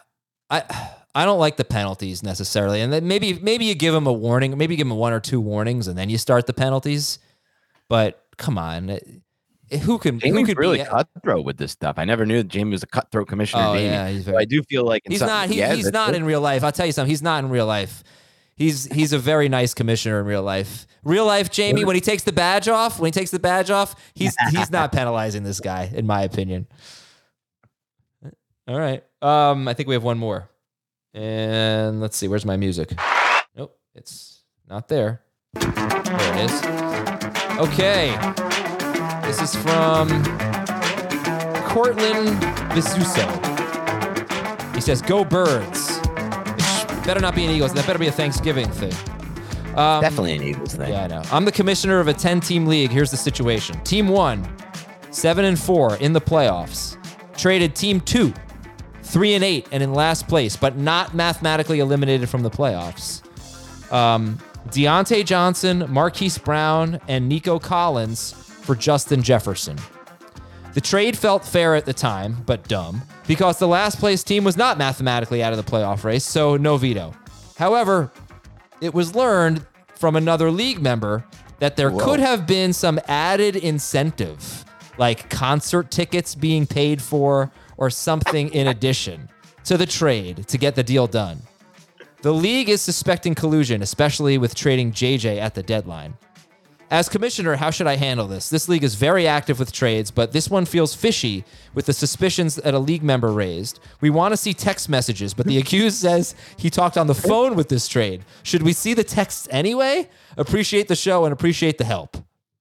Speaker 5: I, I don't like the penalties necessarily, and then maybe, maybe you give him a warning, maybe give him one or two warnings, and then you start the penalties. But come on, eh, who can? Who
Speaker 6: Jamie's
Speaker 5: could
Speaker 6: really
Speaker 5: be,
Speaker 6: cutthroat with this stuff. I never knew that Jamie was a cutthroat commissioner.
Speaker 5: Oh
Speaker 6: Jamie.
Speaker 5: yeah, he's
Speaker 6: So I
Speaker 5: very.
Speaker 6: do feel like in
Speaker 5: He's
Speaker 6: some-
Speaker 5: not. He,
Speaker 6: yeah,
Speaker 5: he's
Speaker 6: that's
Speaker 5: not
Speaker 6: it.
Speaker 5: in real life. I'll tell you something. He's not in real life. He's he's a very nice commissioner in real life. Real life, Jamie, when he takes the badge off, when he takes the badge off, he's he's not penalizing this guy, in my opinion. All right. Um, I think we have one more. And let's see, where's my music? Nope, it's not there. There it is. Okay. This is from Cortland Visuso. He says, Go birds. Which better not be an Eagles. That better be a Thanksgiving thing. Um,
Speaker 6: Definitely an Eagles thing.
Speaker 5: yeah, I know. I'm the commissioner of a 10 team league. Here's the situation Team one, seven and four in the playoffs, traded team two, three and eight, and in last place, but not mathematically eliminated from the playoffs. Um, Deontay Johnson, Marquise Brown, and Nico Collins for Justin Jefferson. The trade felt fair at the time, but dumb, because the last place team was not mathematically out of the playoff race, so no veto. However, it was learned from another league member that there could have been some added incentive, like concert tickets being paid for or something in addition to the trade to get the deal done. The league is suspecting collusion, especially with trading JJ at the deadline. As commissioner, how should I handle this? This league is very active with trades, but this one feels fishy with the suspicions that a league member raised. We want to see text messages, but the accused says he talked on the phone with this trade. Should we see the texts anyway? Appreciate the show and appreciate the help.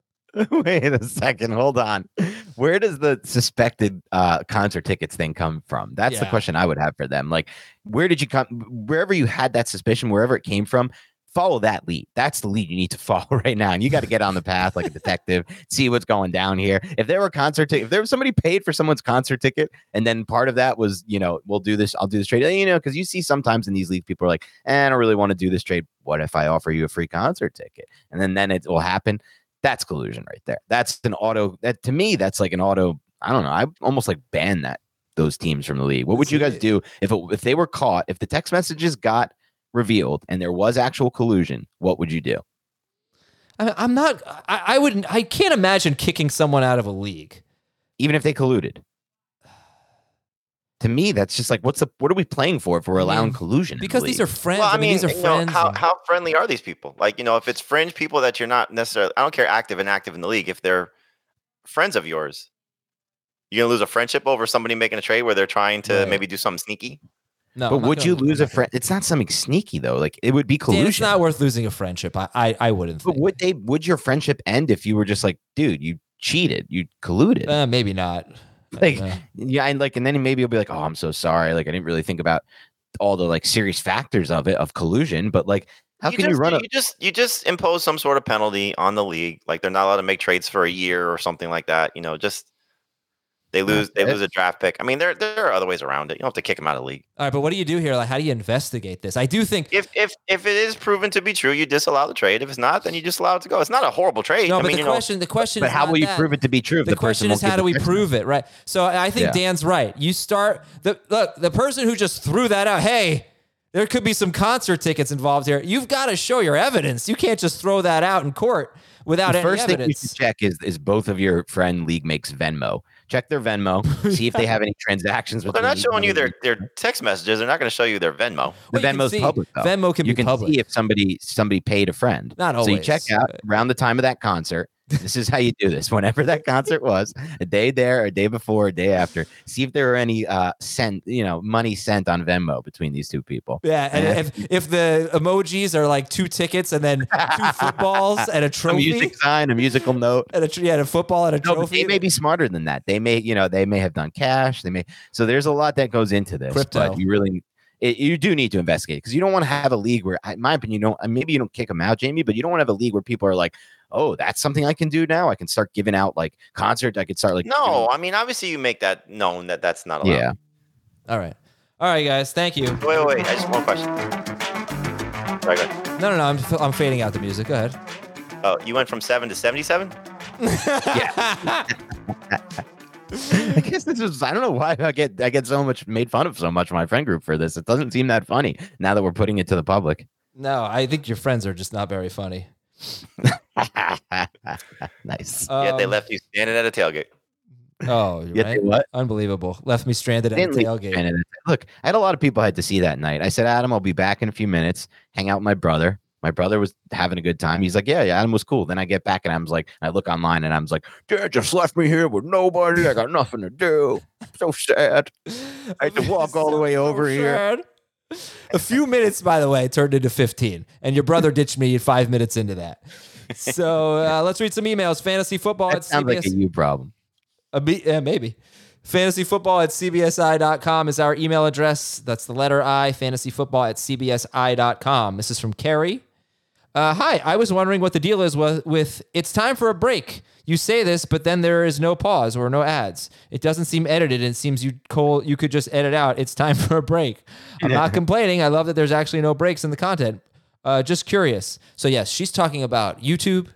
Speaker 6: Wait a second. Hold on. Where does the suspected uh, concert tickets thing come from? That's the
Speaker 5: Yeah.
Speaker 6: question I would have for them. Like, where did you come? Wherever you had that suspicion, wherever it came from, follow that lead. That's the lead you need to follow right now. And you got to get on the path like a detective, see what's going down here. If there were concert tickets, if there was somebody paid for someone's concert ticket, and then part of that was, you know, we'll do this, I'll do this trade. You know, because you see sometimes in these leagues, people are like, eh, I don't really want to do this trade. What if I offer you a free concert ticket? And then then it will happen that's collusion right there. That's an auto. That to me, that's like an auto. I don't know. I almost like ban that those teams from the league. What would you guys do if it, if they were caught? If the text messages got revealed and there was actual collusion, what would you do?
Speaker 5: I, I'm not, I, I wouldn't, I can't imagine kicking someone out of a league.
Speaker 6: Even if they colluded. To me, that's just like what's the what are we playing for if we're
Speaker 5: I
Speaker 6: allowing
Speaker 5: mean,
Speaker 6: collusion? in the
Speaker 5: Because these
Speaker 6: league?
Speaker 5: are friends.
Speaker 7: Well, I mean,
Speaker 5: these are
Speaker 7: you know,
Speaker 5: friends.
Speaker 7: how,
Speaker 5: and-
Speaker 7: how friendly are these people? Like, you know, if it's fringe people that you're not necessarily, I don't care active and active in the league, if they're friends of yours, you're going to lose a friendship over somebody making a trade where they're trying to
Speaker 5: Right.
Speaker 7: maybe do something sneaky.
Speaker 5: no,
Speaker 6: but
Speaker 5: I'm not
Speaker 6: would you
Speaker 5: gonna-
Speaker 6: lose
Speaker 5: I'm
Speaker 6: a
Speaker 5: not
Speaker 6: friend? It's not something sneaky though. Like it would be
Speaker 5: gonna-
Speaker 6: collusion.
Speaker 5: Dan, it's not worth losing a friendship. I, I, I wouldn't
Speaker 6: but
Speaker 5: think.
Speaker 6: would they? Would your friendship end if you were just like, dude, you cheated, you colluded?
Speaker 5: Uh, maybe not. Uh, I don't
Speaker 6: Like,
Speaker 5: know.
Speaker 6: yeah and like and then maybe you'll be like oh i'm so sorry like i didn't really think about all the like serious factors of it of collusion but like how can
Speaker 7: just,
Speaker 6: you run a
Speaker 7: You just you just impose some sort of penalty on the league, like they're not allowed to make trades for a year or something like that. You know, just they lose they
Speaker 6: Okay.
Speaker 7: lose a draft pick. I mean, there there are other ways around it. You don't have to kick them out of the league.
Speaker 5: All right, but what do you do here? Like, how do you investigate this? I do think
Speaker 7: If if if it is proven to be true, you disallow the trade. If it's not, then you just allow it to go. It's not a horrible trade.
Speaker 5: no,
Speaker 7: I
Speaker 5: but
Speaker 7: mean,
Speaker 5: the
Speaker 7: you know,
Speaker 5: question, the question,
Speaker 6: but
Speaker 5: is
Speaker 6: how
Speaker 5: not
Speaker 6: will you
Speaker 5: that.
Speaker 6: prove it to be true if
Speaker 5: The, question
Speaker 6: person
Speaker 5: is,
Speaker 6: won't
Speaker 5: how
Speaker 6: give
Speaker 5: do we
Speaker 6: the text
Speaker 5: prove it, right? So I I think
Speaker 6: Yeah.
Speaker 5: Dan's right. You start the look. The person who just threw that out, hey, there could be some concert tickets involved here. You've got to show your evidence. You can't just throw that out in court without
Speaker 6: the
Speaker 5: any
Speaker 6: first thing you
Speaker 5: evidence.
Speaker 6: should check is is both of your friend league makes venmo check their venmo see if they have any transactions
Speaker 7: well,
Speaker 6: with
Speaker 7: they're
Speaker 6: the
Speaker 7: not
Speaker 6: league
Speaker 7: showing you their
Speaker 6: members.
Speaker 7: their text messages. They're not going to show you their
Speaker 6: the
Speaker 7: Venmo.
Speaker 5: Well, you can
Speaker 6: venmo's
Speaker 5: see-
Speaker 6: public though.
Speaker 5: Venmo can
Speaker 6: you
Speaker 5: be
Speaker 6: can
Speaker 5: public.
Speaker 6: see if somebody somebody paid a friend
Speaker 5: Not
Speaker 6: so you check
Speaker 5: always,
Speaker 6: out around the time of that concert this is how you do this whenever that concert was a day there a day before a day after see if there were any uh sent you know money sent on venmo between these two people
Speaker 5: Yeah, and
Speaker 6: Yeah.
Speaker 5: if if the emojis are like two tickets and then two footballs and a
Speaker 6: a
Speaker 5: trophy,
Speaker 6: music sign a musical note
Speaker 5: and a tr- yeah, and a football and a
Speaker 6: no, but
Speaker 5: trophy,
Speaker 6: they may be smarter than that. They may, you know, they may have done cash. They may. So there's a lot that goes into this.
Speaker 5: Crypto.
Speaker 6: But you really, it, you do need to investigate because you don't want to have a league where, in my opinion, you don't. and Maybe you don't kick them out, Jamie, but you don't want to have a league where people are like, "Oh, that's something I can do now. I can start giving out like concert. I could start like
Speaker 7: No, I mean, obviously you make that known that that's not
Speaker 6: doing-"
Speaker 7: allowed.
Speaker 6: yeah."
Speaker 5: All right. All right, guys. Thank you.
Speaker 7: Wait, wait, wait. I just one question. Sorry, go ahead.
Speaker 5: No, no, no. I'm, I'm fading out the music. Go ahead.
Speaker 7: Oh, you went from seven to seventy-seven.
Speaker 6: I guess this is. I don't know why I get I get so much made fun of so much my friend group for this. It doesn't seem that funny now that we're putting it to the public.
Speaker 5: No, I think your friends are just not very funny.
Speaker 6: nice.
Speaker 5: Um,
Speaker 7: Yeah, they left you standing at a tailgate.
Speaker 5: Oh,
Speaker 6: Yet
Speaker 5: right?
Speaker 6: they what?
Speaker 5: Unbelievable. Left me stranded at a
Speaker 6: Didn't leave
Speaker 5: tailgate.
Speaker 6: Canada. Look, I had a lot of people I had to see that night. I said, Adam, I'll be back in a few minutes. Hang out with my brother. My brother was having a good time. He's like, Yeah, yeah, Adam was cool. Then I get back and Adam's like, I look online and Adam's like, Dad just left me here with nobody. I got nothing to do. So sad. I had to walk all the way over here.
Speaker 5: Sad. A few minutes, by the way, turned into 15. And your brother ditched me five minutes into that. So uh, let's read some emails. Fantasy football
Speaker 6: That
Speaker 5: at
Speaker 6: sounds like
Speaker 5: CBS.
Speaker 6: a you problem.
Speaker 5: A B, yeah, maybe. Fantasyfootball at cbsi.com is our email address. That's the letter I, fantasyfootball at cbsi.com. This is from Carrie. Uh, hi, I was wondering what the deal is with, with it's time for a break. You say this, but then there is no pause or no ads. It doesn't seem edited. And it seems you Cole, you could just edit out. It's time for a break. I'm not complaining. I love that there's actually no breaks in the content. Uh, just curious. So yes, she's talking about YouTube,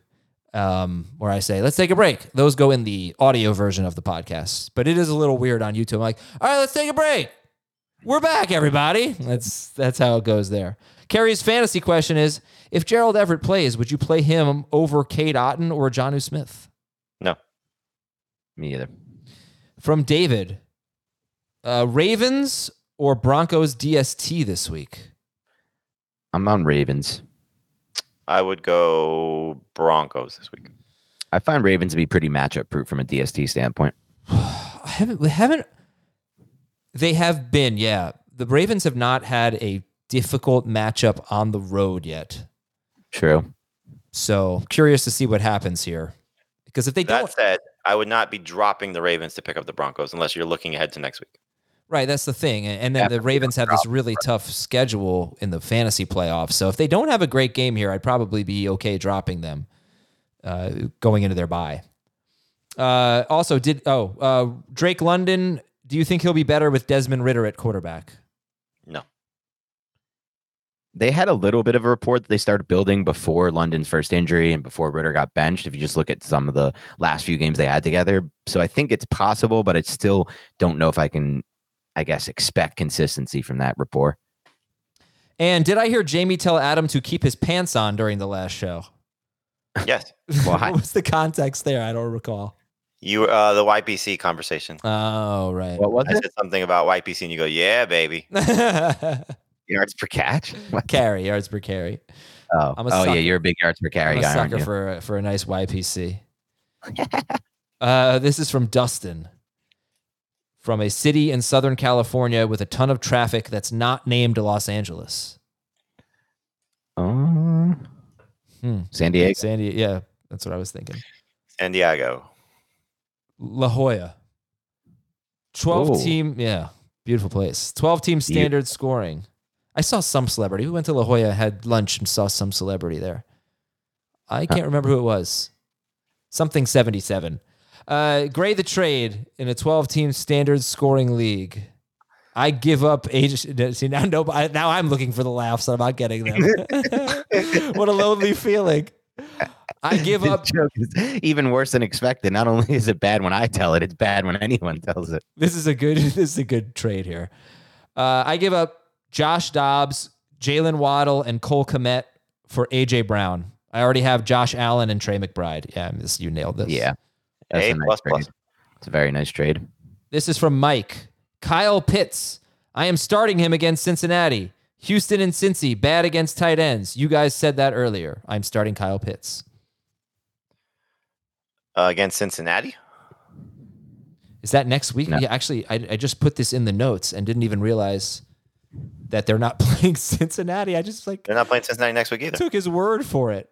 Speaker 5: um, where I say, let's take a break. Those go in the audio version of the podcast, but it is a little weird on YouTube. I'm like, all right, let's take a break. We're back, everybody. That's that's how it goes there. Kerry's fantasy question is: If Gerald Everett plays, would you play him over Kate Otten or Johnu Smith?
Speaker 7: No.
Speaker 6: Me either.
Speaker 5: From David, uh, Ravens or Broncos DST this week?
Speaker 6: I'm on Ravens.
Speaker 7: I would go Broncos this week.
Speaker 6: I find Ravens to be pretty matchup proof from a DST standpoint.
Speaker 5: I haven't. We haven't. They have been, yeah. The Ravens have not had a difficult matchup on the road yet.
Speaker 6: True.
Speaker 5: So curious to see what happens here, because if they don't,
Speaker 7: That said, I would not be dropping the Ravens to pick up the Broncos unless you're looking ahead to next week.
Speaker 5: Right, that's the thing. And and then the Ravens have this really tough schedule in the fantasy playoffs. So if they don't have a great game here, I'd probably be okay dropping them uh, going into their bye. Uh, also, did oh uh, Drake London? Do you think he'll be better with Desmond Ritter at quarterback?
Speaker 6: They had a little bit of a report that they started building before London's first injury and before Ritter got benched. If you just look at some of the last few games they had together, so I think it's possible, but I still don't know if I can, I guess, expect consistency from that rapport.
Speaker 5: And did I hear Jamie tell Adam to keep his pants on during the last show?
Speaker 7: Yes,
Speaker 6: Why?
Speaker 5: what was the context there? I don't recall.
Speaker 7: you uh, the YPC conversation.
Speaker 5: Oh, right.
Speaker 6: What was
Speaker 7: I
Speaker 6: it?
Speaker 7: said something about YPC, and you go, "Yeah, baby."
Speaker 6: Yards per catch? What?
Speaker 5: carry yards per carry.
Speaker 6: Oh,
Speaker 5: I'm a
Speaker 6: oh yeah,
Speaker 5: sucker.
Speaker 6: you're a big yards per carry
Speaker 5: I'm a
Speaker 6: guy. aren't
Speaker 5: sucker
Speaker 6: you?
Speaker 5: for a- for a nice YPC. uh, this is from Dustin, from a city in Southern California with a ton of traffic that's not named Los Angeles.
Speaker 6: Oh.
Speaker 5: Hmm.
Speaker 6: San Diego.
Speaker 5: Sandy, yeah, that's what I was thinking.
Speaker 7: San Diego.
Speaker 5: La Jolla, twelve
Speaker 6: Ooh.
Speaker 5: team, yeah, beautiful place. Twelve team standard scoring. I saw some celebrity. We went to La Jolla, had lunch, and saw some celebrity there. I can't remember who it was. Something 77. Uh, Gray the trade in a 12 team standard scoring league. I give up age. See, now, no, I- now I'm looking for the laughs. I'm not getting them. what a lonely feeling. I give
Speaker 6: This
Speaker 5: up.
Speaker 6: joke is even worse than expected. Not only is it bad when I tell it, it's bad when anyone tells it.
Speaker 5: This is a good. This is a good trade here. Uh, I give up Josh Dobbs, Jalen Waddle, and Cole Komet for AJ Brown. I already have Josh Allen and Trey McBride. Yeah, this, you nailed this.
Speaker 6: Yeah.
Speaker 7: A plus
Speaker 6: trade.
Speaker 7: plus.
Speaker 6: It's a very nice trade.
Speaker 5: This is from Mike. Kyle Pitts. I am starting him against Cincinnati. Houston and Cincy, bad against tight ends. You guys said that earlier. I'm starting Kyle Pitts.
Speaker 7: Uh, against Cincinnati.
Speaker 5: Is that next week?
Speaker 6: No.
Speaker 5: Yeah, actually, I, I just put this in the notes and didn't even realize that they're not playing Cincinnati. I just like
Speaker 7: They're not playing Cincinnati next week either.
Speaker 5: took his word for it.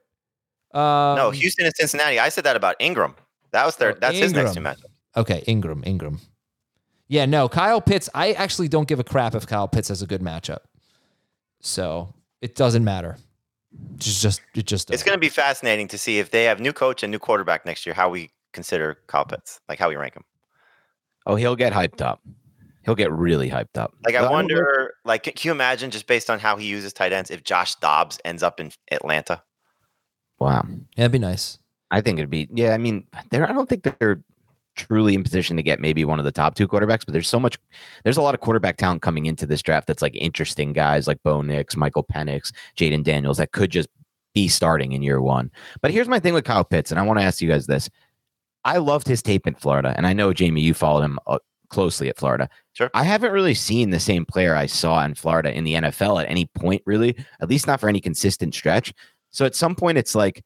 Speaker 5: Um,
Speaker 7: no, Houston and Cincinnati. I said that about Ingram. That was their.
Speaker 5: Oh,
Speaker 7: That's his next two
Speaker 5: Ingram.
Speaker 7: matchups.
Speaker 5: Okay, Ingram, Ingram. Yeah, no, Kyle Pitts. I actually don't give a crap if Kyle Pitts has a good matchup, so it doesn't matter. It's just, it just.
Speaker 7: It's
Speaker 5: doesn't.
Speaker 7: going to be fascinating to see if they have new coach and new quarterback next year. How we consider Kyle Pitts, like how we rank him.
Speaker 6: Oh, he'll get hyped up. He'll get really hyped up.
Speaker 7: Like I
Speaker 6: Well,
Speaker 7: wonder, like can you imagine just based on how he uses tight ends if Josh Dobbs ends up in Atlanta?
Speaker 6: Wow.
Speaker 5: Yeah, it'd be nice.
Speaker 6: I think it'd be yeah. I mean, they're I don't think they're truly in position to get maybe one of the top two quarterbacks, but there's so much there's a lot of quarterback talent coming into this draft that's like interesting guys like Bo Nix, Michael Penix, Jaden Daniels that could just be starting in year one. But here's my thing with Kyle Pitts, and I want to ask you guys this. I loved his tape in Florida, and I know Jamie, you followed him uh, closely at Florida.
Speaker 7: Sure.
Speaker 6: I haven't really seen the same player I saw in Florida in the NFL at any point, really, at least not for any consistent stretch. So at some point, it's like,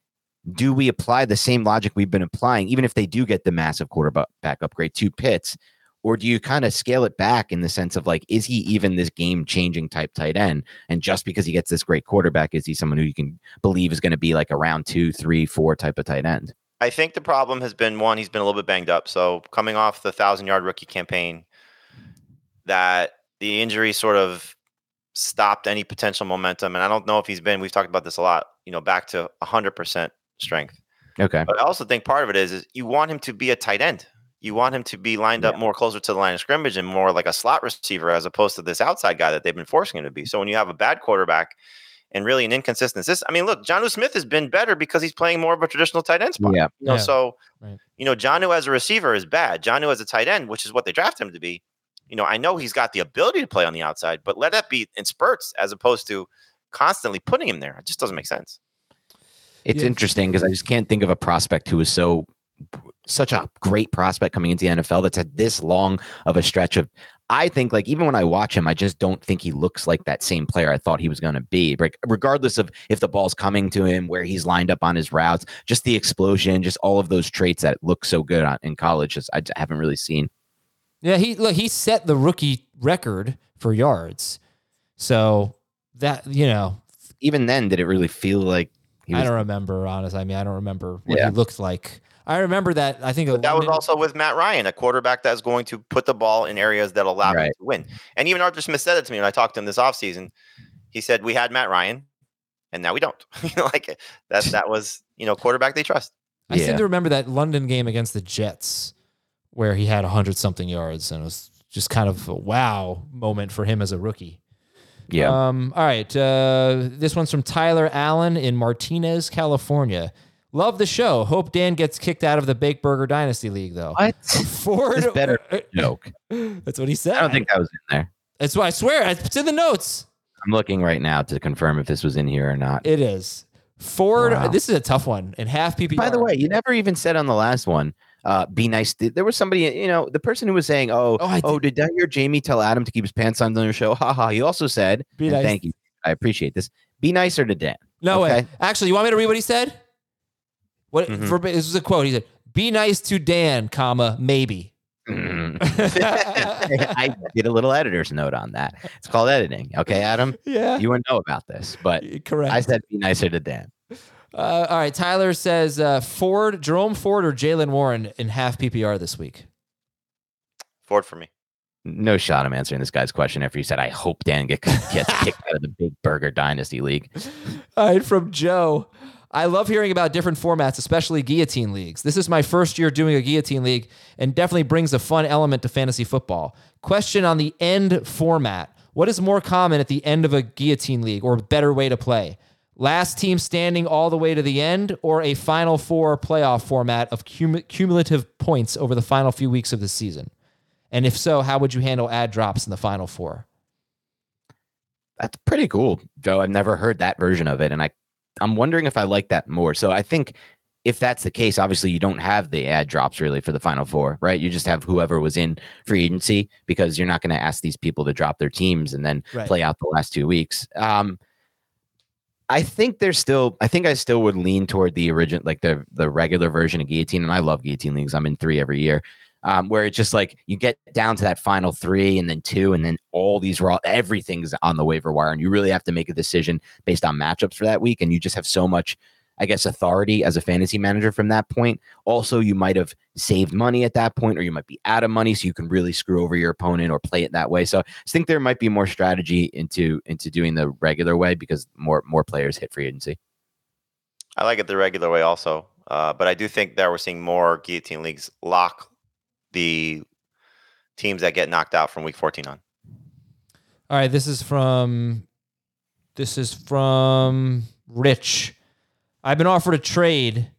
Speaker 6: do we apply the same logic we've been applying, even if they do get the massive quarterback upgrade to Pitts? Or do you kind of scale it back in the sense of like, is he even this game changing type tight end? And just because he gets this great quarterback, is he someone who you can believe is going to be like a round two, three, four type of tight end?
Speaker 7: I think the problem has been one, he's been a little bit banged up. So coming off the thousand yard rookie campaign, that the injury sort of stopped any potential momentum. And I don't know if he's been, we've talked about this a lot, you know, back to 100% strength.
Speaker 6: Okay.
Speaker 7: But I also think part of it is, is you want him to be a tight end. You want him to be lined up more closer to the line of scrimmage and more like a slot receiver as opposed to this outside guy that they've been forcing him to be. So when you have a bad quarterback and really an inconsistency. This, I mean, look, John Smith has been better because he's playing more of a traditional tight end spot.
Speaker 6: Yeah.
Speaker 7: You know,
Speaker 5: Yeah.
Speaker 7: so
Speaker 5: Right.
Speaker 7: you know, Johnu as a receiver is bad. Johnu as a tight end, which is what they draft him to be. You know, I know he's got the ability to play on the outside, but let that be in spurts as opposed to constantly putting him there. It just doesn't make sense.
Speaker 6: It's
Speaker 5: Yeah.
Speaker 6: interesting because I just can't think of a prospect who is so such a great prospect coming into the NFL that's had this long of a stretch of I think like even when I watch him, I just don't think he looks like that same player I thought he was going to be. Like regardless of if the ball's coming to him, where he's lined up on his routes, just the explosion, just all of those traits that look so good on, in college, just I j- haven't really seen.
Speaker 5: Yeah, he look he set the rookie record for yards. So that you know,
Speaker 6: Even then, did it really feel like he
Speaker 5: I
Speaker 6: was?
Speaker 5: don't remember honest. I mean, I don't remember what
Speaker 6: Yeah.
Speaker 5: he looked like. I remember that I think a
Speaker 7: But that was
Speaker 5: London-
Speaker 7: also with Matt Ryan, a quarterback that's going to put the ball in areas that allow him
Speaker 6: Right.
Speaker 7: to win. And even Arthur Smith said it to me when I talked to him this offseason. He said, We had Matt Ryan, and now we don't. you know, like that that was, you know, quarterback they trust.
Speaker 5: I seem
Speaker 6: Yeah.
Speaker 5: to remember that London game against the Jets where he had 100 something yards and it was just kind of a wow moment for him as a rookie.
Speaker 6: Yeah,
Speaker 5: Um, all right. Uh, this one's from Tyler Allen in Martinez, California. Love the show. Hope Dan gets kicked out of the Bake Burger Dynasty League, though.
Speaker 6: what?
Speaker 5: Ford
Speaker 6: This better joke.
Speaker 5: That's what he said.
Speaker 6: I don't think that was in there.
Speaker 5: That's why I swear it's in the notes.
Speaker 6: I'm looking right now to confirm if this was in here or not.
Speaker 5: It is Ford.
Speaker 6: Wow.
Speaker 5: This is a tough one. And half PPR.
Speaker 6: By the way, you never even said on the last one, uh, be nice. to- There was somebody, you know, the person who was saying, oh,
Speaker 5: Oh, I
Speaker 6: oh, did I hear Jamie tell Adam to keep his pants on during the show? Ha ha. He also said,
Speaker 5: Be
Speaker 6: and
Speaker 5: nice.
Speaker 6: thank you. I appreciate this. Be nicer to Dan.
Speaker 5: no way.
Speaker 6: okay. Mm-hmm.
Speaker 5: Actually, you want me to read what he said? What
Speaker 7: Mhm.
Speaker 5: verba- this is a quote. He said, "Be nice to Dan, comma maybe."
Speaker 6: Mm.
Speaker 5: yeah.
Speaker 6: I did a little editor's note on that. It's called editing. Okay, Adam, you wouldn't know about this, but
Speaker 5: Correct.
Speaker 6: I said be nicer to Dan.
Speaker 5: Uh, all right, Tyler says uh, Ford, Jerome Ford, or Jalen Warren in half PPR this week.
Speaker 7: Ford for me.
Speaker 6: No shot I'm answering this guy's question after you said, I hope Dan get, gets kicked out of the Big Burger Dynasty League.
Speaker 5: All right, from Joe. I love hearing about different formats, especially guillotine leagues. This is my first year doing a guillotine league and definitely brings a fun element to fantasy football. Question on the end format What is more common at the end of a guillotine league or a better way to play? Last team standing all the way to the end or a final four playoff format of cum- cumulative points over the final few weeks of the season? And if so, how would you handle ad drops in the final four?
Speaker 6: That's pretty cool, Joe. I've never heard that version of it, and I, I'm wondering if I like that more. So I think if that's the case, obviously you don't have the ad drops really for the final four, right? You just have whoever was in free agency because you're not going to ask these people to drop their teams and then
Speaker 5: Right.
Speaker 6: play out the last two weeks. Um, I think there's still, I think I still would lean toward the original, like the the regular version of guillotine, and I love guillotine leagues. I'm in three every year um, where it's just like you get down to that final three and then two, and then all these raw everything's on the waiver wire, and you really have to make a decision based on matchups for that week. And you just have so much, I guess, authority as a fantasy manager from that point. Also, you might have saved money at that point, or you might be out of money, so you can really screw over your opponent or play it that way. So I just think there might be more strategy into into doing the regular way because more more players hit free agency.
Speaker 7: I like it the regular way also. Uh, but I do think that we're seeing more guillotine leagues lock the teams that get knocked out from week 14 on.
Speaker 5: All right, this is from this is from Rich. I've been offered a trade.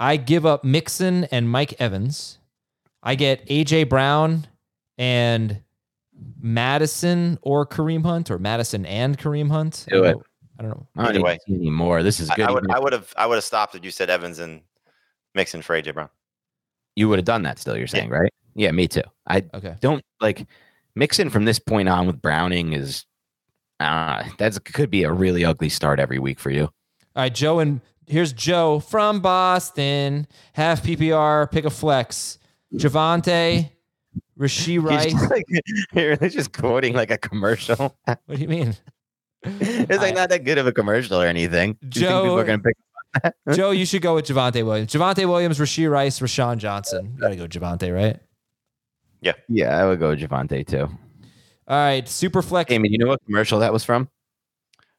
Speaker 5: I give up Mixon and Mike Evans. I get AJ Brown and Madison or Kareem Hunt or Madison and Kareem Hunt.
Speaker 6: Do it.
Speaker 5: I don't know.
Speaker 6: I don't
Speaker 7: Either
Speaker 6: even
Speaker 7: way.
Speaker 6: see any more. This is
Speaker 7: I,
Speaker 6: good.
Speaker 7: I
Speaker 6: Even
Speaker 7: would
Speaker 6: if
Speaker 7: I would have I would have stopped if you said Evans and Mixon for AJ Brown.
Speaker 6: you would have done that still, you're saying, right? Yeah, me too. I
Speaker 5: Okay.
Speaker 6: don't like mixing from this point on with Browning is uh that's could be a really ugly start every week for you.
Speaker 5: All right, Joe and here's Joe from Boston. Half PPR, pick a flex. Javante, Rasheed Rice.
Speaker 6: He's like, you're just quoting like a commercial.
Speaker 5: What do you mean?
Speaker 6: It's like
Speaker 5: I-
Speaker 6: not that good of a commercial or anything. Do you think people
Speaker 5: Joe-
Speaker 6: are gonna pick
Speaker 5: Joe, you should go with Javante Williams. Javante Williams, Rasheed Rice, Rashawn Johnson. You gotta go Javante, right?
Speaker 6: Yeah, I would go with Javante too.
Speaker 5: All right, Superflex,
Speaker 6: Amy, you know what commercial that was from?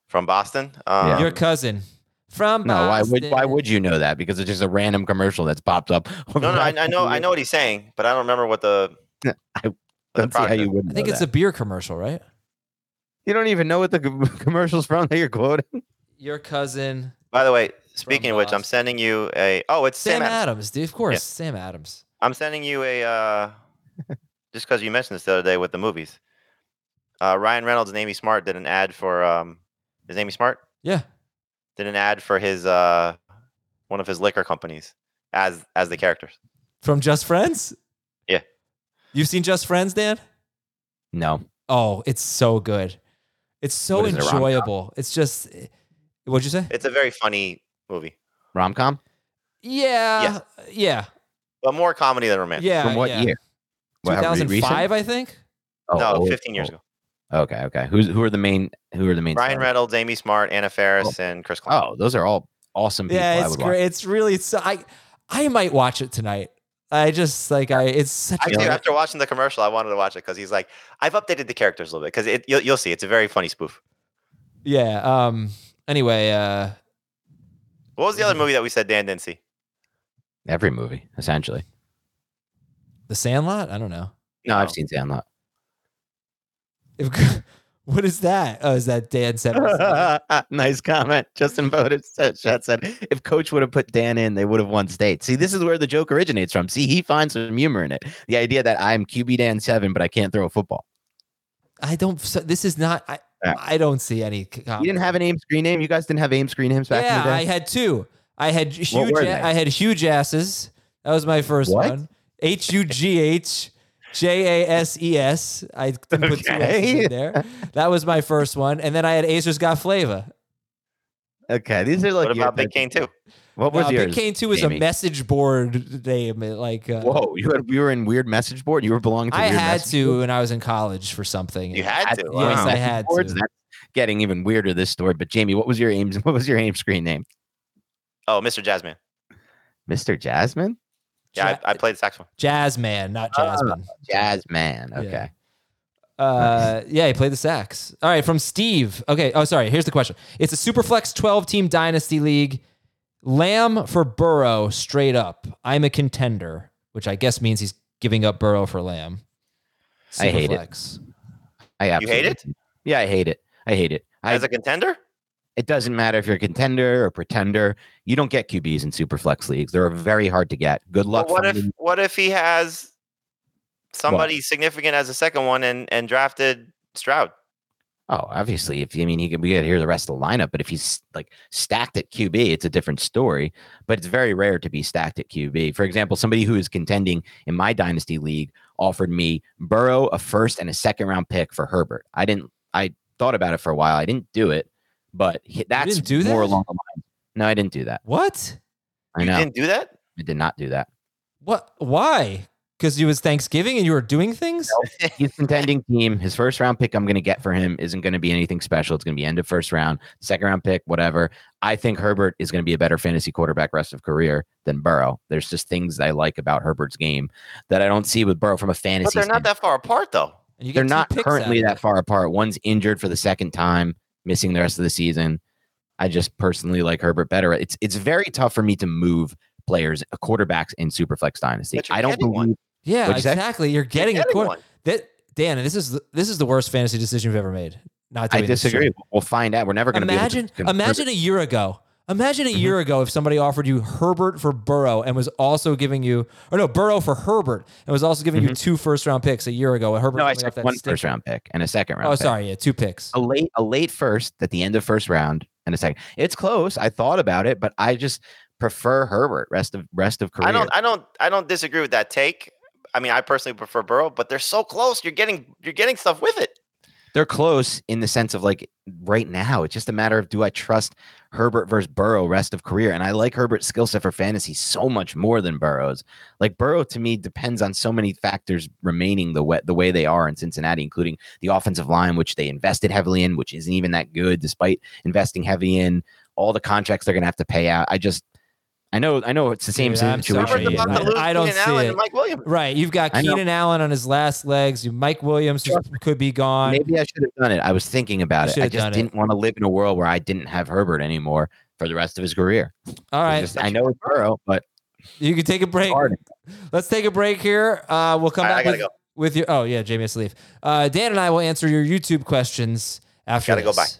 Speaker 7: From Boston.
Speaker 6: Yeah.
Speaker 7: Um,
Speaker 5: your cousin from
Speaker 6: No, why
Speaker 5: Boston.
Speaker 6: would why would you know that? Because it's just a random commercial that's popped up.
Speaker 7: No, no, I, I know I know what he's saying, but I don't remember what the
Speaker 6: I
Speaker 7: what the
Speaker 6: Don't see how
Speaker 7: product
Speaker 6: you
Speaker 7: is.
Speaker 6: wouldn't.
Speaker 5: I think
Speaker 6: know
Speaker 5: it's
Speaker 6: that.
Speaker 5: a beer commercial, right?
Speaker 6: you don't even know what the commercial's from that you're quoting.
Speaker 5: Your cousin
Speaker 7: By the way, speaking of which, I'm
Speaker 5: Boston.
Speaker 7: sending you a. Oh, it's
Speaker 5: Sam,
Speaker 7: Sam. Adams.
Speaker 5: Adams, dude. Of course, Sam Adams.
Speaker 7: I'm sending you a. Uh, just because you mentioned this the other day with the movies, uh, Ryan Reynolds and Amy Smart did an ad for. Um, is Amy Smart
Speaker 5: Yeah.
Speaker 7: did an ad for his uh, one of his liquor companies as as the characters.
Speaker 5: From Just Friends?
Speaker 7: Yeah.
Speaker 5: You've seen Just Friends, Dan?
Speaker 6: No.
Speaker 5: Oh, it's so good. It's so
Speaker 6: What is it, a rom-com?
Speaker 5: enjoyable. It's just what'd you say?
Speaker 7: It's a very funny movie,
Speaker 6: Rom com?
Speaker 5: Yeah. Yeah.
Speaker 7: but more comedy than romance.
Speaker 5: Yeah.
Speaker 6: From what
Speaker 5: yeah.
Speaker 6: year? What, how re- recent?
Speaker 5: 2005, I think.
Speaker 6: Oh,
Speaker 7: no,
Speaker 6: oh,
Speaker 7: 15 years
Speaker 6: oh.
Speaker 7: ago.
Speaker 6: Okay, okay. Who's who are the main who are the main
Speaker 7: Ryan
Speaker 6: stars?
Speaker 7: Reynolds, Amy Smart, Anna Faris, and Chris Klein.
Speaker 6: Oh, those are all awesome people.
Speaker 5: Yeah,
Speaker 6: I
Speaker 5: it's
Speaker 6: would
Speaker 5: great. It's really so I I might watch it tonight. I just like I it's such
Speaker 7: I
Speaker 5: a
Speaker 7: do. After watching the commercial, I wanted to watch it because he's like, I've updated the characters a little bit because you'll, you'll see it's a very funny spoof.
Speaker 5: Yeah. Um anyway, uh
Speaker 7: What was the other Mm-hmm. movie that we said Dan didn't see?
Speaker 6: Watch. Every movie, essentially.
Speaker 5: The Sandlot? I don't know.
Speaker 6: No,
Speaker 7: Oh,
Speaker 6: I've seen Sandlot.
Speaker 5: If, what is that? Oh, is that Dan Severn?
Speaker 6: nice comment. Justin Bowden said, Chat said, if Coach would have put Dan in, they would have won state. See, this is where the joke originates from. See, he finds some humor in it. The idea that I'm QB Dan seven, but I can't throw a football.
Speaker 5: I don't. So this is not. I,
Speaker 6: Yeah.
Speaker 5: I don't see any. c-
Speaker 6: You didn't
Speaker 5: comedy.
Speaker 6: have an aim screen name. You guys didn't have aim screen names back
Speaker 5: yeah,
Speaker 6: in the
Speaker 5: I
Speaker 6: day.
Speaker 5: had two. I had huge.
Speaker 6: were
Speaker 5: a-
Speaker 6: they?
Speaker 5: I had huge asses. That was my first
Speaker 6: What?
Speaker 5: one. H u g h j a s e s. I didn't put two S's
Speaker 6: Okay.
Speaker 5: in there. That was my first one, and then I had Acer's Got Flavor.
Speaker 6: okay, these are like
Speaker 7: What
Speaker 6: your-
Speaker 7: about Big Kane too?
Speaker 6: What was
Speaker 5: Now,
Speaker 6: yours?
Speaker 5: Big Kane Two is a
Speaker 6: Jamie?
Speaker 5: message board name. it, Like uh,
Speaker 6: Whoa, you had you were in weird message board. You were belonging to
Speaker 5: I
Speaker 6: weird
Speaker 5: had
Speaker 6: message
Speaker 5: to
Speaker 6: board?
Speaker 5: when I was in college for something.
Speaker 7: You had to.
Speaker 5: yes,
Speaker 7: Wow.
Speaker 5: I had
Speaker 6: boards.
Speaker 5: to.
Speaker 6: That's getting even weirder this story. But Jamie, what was your aim? What was your aim screen name?
Speaker 7: Oh, Mr. Jasmine.
Speaker 6: Mr. Jasmine?
Speaker 7: Yeah,
Speaker 5: Ja-
Speaker 7: I, I played saxophone.
Speaker 5: Jazz Man, not
Speaker 6: Oh.
Speaker 5: Jasmine.
Speaker 6: Jazzman.
Speaker 5: Yeah.
Speaker 6: Okay.
Speaker 5: Uh, yeah, he played the sax. All right, from Steve. Okay. Oh, sorry. Here's the question. It's a Superflex 12 team dynasty league. Lamb for Burrow, straight up. I'm a contender, which I guess means he's giving up Burrow for Lamb.
Speaker 6: I hate it.
Speaker 5: Superflex.
Speaker 6: I
Speaker 7: You hate
Speaker 6: absolutely- Yeah, I hate it. I hate it. I,
Speaker 7: As a contender?
Speaker 6: it doesn't matter if you're a contender or pretender. You don't get QBs in super flex leagues. They're very hard to get. Good
Speaker 7: But
Speaker 6: luck.
Speaker 7: what if
Speaker 6: finding-
Speaker 7: what if he has somebody significant as a second one and, and drafted Stroud?
Speaker 6: oh, obviously, if I mean he could be here the rest of the lineup, but if he's like stacked at QB, it's a different story. But it's very rare to be stacked at QB. For example, somebody who is contending in my dynasty league offered me Burrow a first and a second round pick for Herbert. I didn't. I thought about it for a while. I didn't do it, but he- that's
Speaker 5: didn't do
Speaker 6: more
Speaker 5: that?
Speaker 6: along the line. No, I didn't do that.
Speaker 5: What?
Speaker 6: I
Speaker 7: you
Speaker 6: know.
Speaker 7: didn't do that?
Speaker 6: I did not do that.
Speaker 5: What? Why? Because it was Thanksgiving and you were doing things?
Speaker 6: He's contending team. His first round pick I'm going to get for him isn't going to be anything special. It's going to be end of first round, second round pick, whatever. I think Herbert is going to be a better fantasy quarterback rest of career than Burrow. There's just things that I like about Herbert's game that I don't see with Burrow from a fantasy.
Speaker 7: But they're not
Speaker 6: standpoint.
Speaker 7: that far apart though.
Speaker 5: And you get
Speaker 6: They're
Speaker 5: two
Speaker 6: not
Speaker 5: picks
Speaker 6: currently
Speaker 5: out of
Speaker 6: that
Speaker 5: it.
Speaker 6: far apart. One's injured for the second time, missing the rest of the season. I just personally like Herbert better. It's it's very tough for me to move players, uh, quarterbacks in Superflex Dynasty.
Speaker 7: But you're
Speaker 6: I don't
Speaker 7: getting
Speaker 6: believe
Speaker 7: one.
Speaker 5: Yeah,
Speaker 6: What'd you say?
Speaker 5: exactly. You're
Speaker 7: You're
Speaker 5: getting, a quarter.
Speaker 7: one.
Speaker 5: That, Dan, this is the- this is the worst fantasy decision you've ever made. Not
Speaker 6: I
Speaker 5: doing this shit.
Speaker 6: disagree. We'll find out. We're never going to
Speaker 5: imagine imagine a year ago imagine a
Speaker 6: Mm-hmm.
Speaker 5: year ago if somebody offered you herbert for burrow and was also giving you or no burrow for herbert and was also giving you two first round picks a year ago herbert
Speaker 6: Mm-hmm. No, I
Speaker 5: coming off
Speaker 6: said
Speaker 5: that
Speaker 6: one
Speaker 5: stink-
Speaker 6: first round pick and a second round.
Speaker 5: oh
Speaker 6: pick.
Speaker 5: sorry yeah two picks
Speaker 6: a late a late first at the end of first round and a second. It's close. I thought about it, but I just prefer Herbert rest of rest of career.
Speaker 7: I don't I don't I don't disagree with that take. I mean, I personally prefer Burrow, but they're so close. You're getting you're getting stuff with it.
Speaker 6: They're close in the sense of like right now. It's just a matter of do I trust Herbert versus Burrow rest of career? And I like Herbert's skill set for fantasy so much more than Burrow's. Like Burrow to me depends on so many factors remaining the way the way they are in Cincinnati, including the offensive line, which they invested heavily in, which isn't even that good, despite investing heavy in all the contracts they're gonna have to pay out. I just I know I know it's the same
Speaker 5: Dude, I'm
Speaker 6: situation.
Speaker 5: sorry.
Speaker 7: Herbert's
Speaker 5: Appreciate
Speaker 7: about
Speaker 5: it.
Speaker 7: to lose
Speaker 5: I don't
Speaker 7: Keenan
Speaker 5: see
Speaker 7: Allen
Speaker 5: it.
Speaker 7: and Mike Williams.
Speaker 5: right you've got
Speaker 6: I know.
Speaker 5: keenan allen on his last legs you mike williams who
Speaker 6: Sure.
Speaker 5: could be gone
Speaker 6: Maybe I should have done it. I was thinking about
Speaker 5: You
Speaker 6: it.
Speaker 5: should
Speaker 6: I
Speaker 5: have done
Speaker 6: just
Speaker 5: it.
Speaker 6: didn't want to live in a world where I didn't have Herbert anymore for the rest of his career.
Speaker 5: all
Speaker 6: It's
Speaker 5: right
Speaker 6: just- I know it's Burrow, but
Speaker 5: you can take a break
Speaker 6: hard.
Speaker 5: let's take a break here uh we'll come
Speaker 7: All right,
Speaker 5: back
Speaker 7: I gotta
Speaker 5: with,
Speaker 7: go.
Speaker 5: with your oh yeah jamie has to leave uh dan and i will answer your youtube questions after
Speaker 7: Gotta go,
Speaker 5: this.